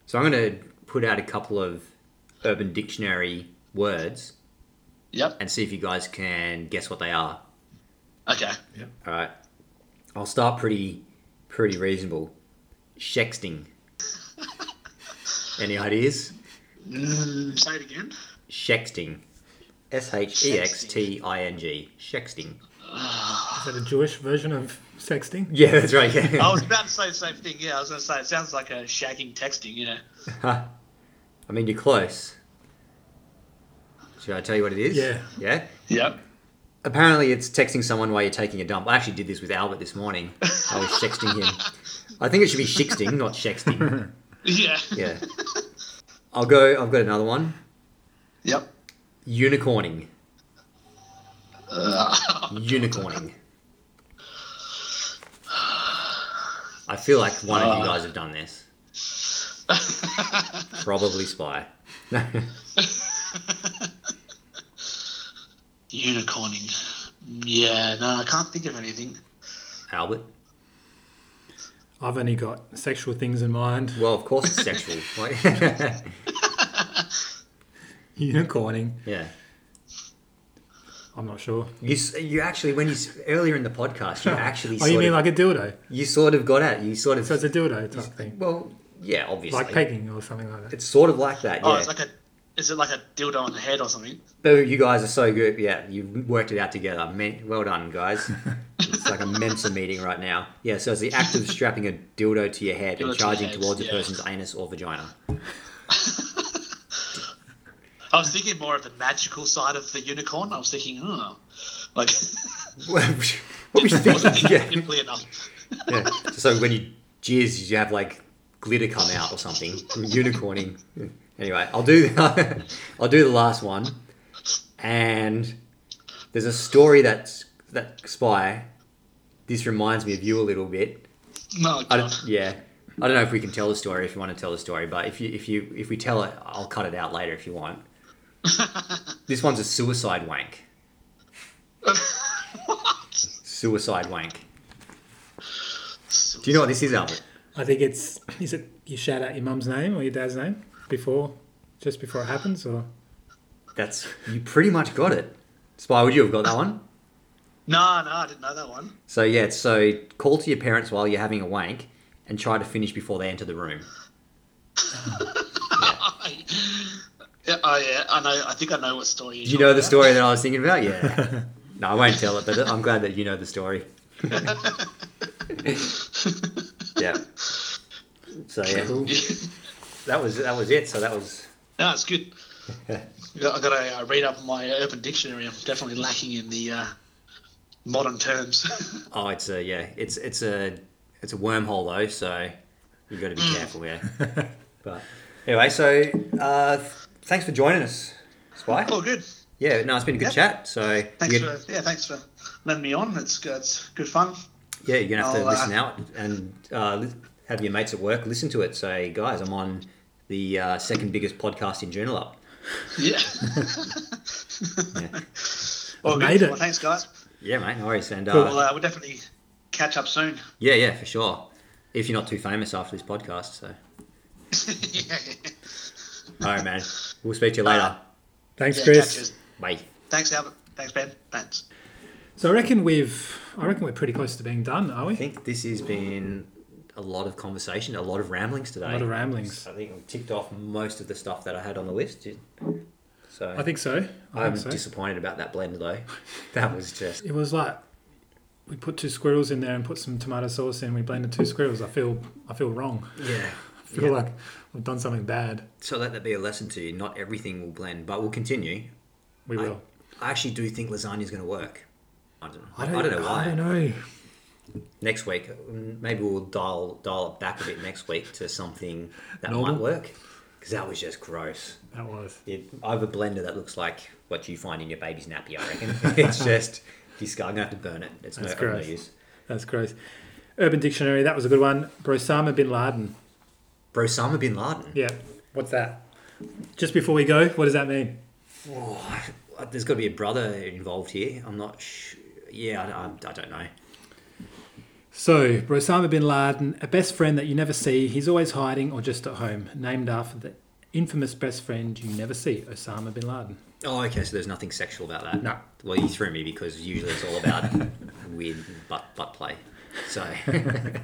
Speaker 3: So I'm going to put out a couple of Urban Dictionary words
Speaker 1: Yep.
Speaker 3: and see if you guys can guess what they are.
Speaker 1: Okay.
Speaker 3: All right. I'll start pretty, pretty reasonable. Shexting. Any ideas?
Speaker 1: Mm, say it again.
Speaker 3: Shexting. S H E X T I N G. Shexting.
Speaker 1: Ah.
Speaker 2: Is that a Jewish version of sexting?
Speaker 3: Yeah, that's right. Yeah.
Speaker 1: I was about to say the same thing. Yeah, I was going to say it sounds like a shagging texting, you know.
Speaker 3: I mean, you're close. Should I tell you what it is?
Speaker 2: Yeah.
Speaker 3: Yeah?
Speaker 1: Yep.
Speaker 3: Apparently, it's texting someone while you're taking a dump. I actually did this with Albert this morning. I was texting him. I think it should be shixting, not shexting.
Speaker 1: Yeah.
Speaker 3: Yeah. I'll go, I've got another one.
Speaker 1: Yep.
Speaker 3: Unicorning.
Speaker 1: Uh,
Speaker 3: Unicorning. I feel like one of you guys have done this. Probably Spy.
Speaker 1: unicorning. Yeah, no, I can't think of anything.
Speaker 3: Albert.
Speaker 2: I've only got sexual things in mind.
Speaker 3: Well, of course it's sexual. Like-
Speaker 2: Unicorning.
Speaker 3: yeah.
Speaker 2: I'm not sure.
Speaker 3: You, s- you actually when you s- earlier in the podcast you actually
Speaker 2: Oh,
Speaker 3: sort
Speaker 2: you mean
Speaker 3: of,
Speaker 2: like a dildo?
Speaker 3: you sort of got at you sort of
Speaker 2: So it's a dildo type thing,
Speaker 3: well yeah obviously
Speaker 2: like pegging or something like that.
Speaker 3: it's sort of like that yeah
Speaker 1: Oh, it's like a. Is it like a dildo on the head or something?
Speaker 3: Oh, you guys are so good yeah you worked it out together Men- well done guys it's like a Mensa meeting right now yeah so it's the act of strapping a dildo to your head
Speaker 1: Dildo to
Speaker 3: and
Speaker 1: your
Speaker 3: charging
Speaker 1: head,
Speaker 3: towards a
Speaker 1: yeah.
Speaker 3: person's anus or vagina
Speaker 1: I was thinking more of the magical side of the unicorn. I was thinking, oh, like
Speaker 3: what were you
Speaker 1: wasn't
Speaker 3: thinking
Speaker 1: thinking
Speaker 3: yeah,
Speaker 1: simply enough.
Speaker 3: yeah so when you jizz you have like glitter come out or something unicorning anyway I'll do I'll do the last one and there's a story that's that spy this reminds me of you a little bit
Speaker 1: No,
Speaker 3: I
Speaker 1: God.
Speaker 3: don't, yeah I don't know if we can tell the story if you want to tell the story but if you if you if we tell it I'll cut it out later if you want this one's a suicide wank
Speaker 1: what?
Speaker 3: suicide wank do you know what this is Albert
Speaker 2: I think it's is it you shout out your mum's name or your dad's name before, just before it happens, or
Speaker 3: that's you pretty much got it spy would you have got that one
Speaker 1: No, no, I didn't know that one.
Speaker 3: So yeah, so call to your parents while you're having a wank and try to finish before they enter the room.
Speaker 1: Yeah, oh yeah, I know. I think I know what
Speaker 3: Do
Speaker 1: story
Speaker 3: you
Speaker 1: you're
Speaker 3: know the
Speaker 1: talking
Speaker 3: story that I was thinking about? Yeah. No, I won't tell it, but I'm glad that you know the story. yeah. So yeah,
Speaker 1: about.
Speaker 3: that was that was it. So that was
Speaker 1: no, it's good. Yeah, I got to uh, read up my Urban Dictionary. I'm definitely lacking in the uh, modern terms.
Speaker 3: oh, it's a yeah, it's it's a it's a wormhole though,
Speaker 1: Mm.
Speaker 3: so you got to be careful. Yeah. but anyway, so uh, thanks for joining us, Spike.
Speaker 1: All good.
Speaker 3: Yeah, no, it's been a good
Speaker 1: Yep.
Speaker 3: chat. So
Speaker 1: Thanks
Speaker 3: you're-
Speaker 1: for yeah, thanks for letting me on. It's good. It's good fun.
Speaker 3: yeah, you're gonna have to
Speaker 1: I'll, uh,
Speaker 3: listen out and uh, li- have your mates at work listen to it. Say, guys, I'm on the uh, second biggest podcast in Journal Up.
Speaker 1: Yeah.
Speaker 3: Yeah,
Speaker 1: All
Speaker 2: made it.
Speaker 1: Well, thanks, guys.
Speaker 3: yeah mate, no worries. And uh,
Speaker 1: Well, uh, we'll definitely catch up soon.
Speaker 3: yeah, yeah, for sure. If you're not too famous after this podcast, so
Speaker 1: yeah, yeah.
Speaker 3: all right, man, we'll speak to you later.
Speaker 2: Thanks,
Speaker 1: Yeah,
Speaker 2: Chris.
Speaker 1: catches.
Speaker 3: Bye.
Speaker 1: Thanks, Albert. Thanks, Ben. Thanks.
Speaker 2: So I reckon we've, I reckon we're pretty close to being done, are
Speaker 3: I
Speaker 2: we?
Speaker 3: think this has been a lot of conversation, a lot of ramblings today.
Speaker 2: A lot of ramblings.
Speaker 3: I think we ticked off most of the stuff that I had on the list. So
Speaker 2: I think so. I
Speaker 3: I'm
Speaker 2: think so.
Speaker 3: disappointed about that blend though. That was just
Speaker 2: it was like we put two squirrels in there and put some tomato sauce in. We blended two squirrels. I feel, I feel wrong.
Speaker 3: yeah.
Speaker 2: I feel like I've done something bad.
Speaker 3: So let that be a lesson to you. Not everything will blend, but we'll continue.
Speaker 2: We will.
Speaker 3: I actually do think lasagna is going to work. I don't,
Speaker 2: I don't,
Speaker 3: I don't know why.
Speaker 2: I don't know.
Speaker 3: Next week, mm, maybe we'll dial dial it back a bit next week to something that
Speaker 2: Normal?
Speaker 3: might work. Because that was just gross.
Speaker 2: That was.
Speaker 3: It, I have a blender that looks like what you find in your baby's nappy. I reckon it's just disgusting. I'm gonna have to burn it. It's no,
Speaker 2: That's
Speaker 3: of no
Speaker 2: gross.
Speaker 3: use.
Speaker 2: That's gross. Urban Dictionary, that was a good one. Brosama bin Laden.
Speaker 3: Bro, Osama bin Laden.
Speaker 2: Yeah. What's that? Just before we go, what does that mean?
Speaker 3: Oh, I- there's got to be a brother involved here. I'm not. Sh- yeah, I, don't- I, I don't know.
Speaker 2: So, Brosama bin Laden, a best friend that you never see, he's always hiding or just at home, named after the infamous best friend you never see, Osama bin Laden.
Speaker 3: Oh, okay. So there's nothing sexual about that.
Speaker 2: No.
Speaker 3: Well, you threw me because usually it's all about weird butt butt play. So well,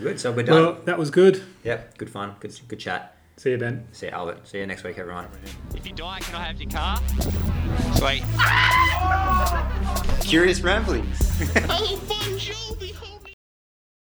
Speaker 3: good. So we're done.
Speaker 2: Well, that was good.
Speaker 3: yep. Good fun. Good good chat.
Speaker 2: See you, Ben.
Speaker 3: See you, Albert. See you next week, everyone.
Speaker 4: If you die, can I have your car? Sweet. Curious ramblings.
Speaker 5: I'll find you, behold!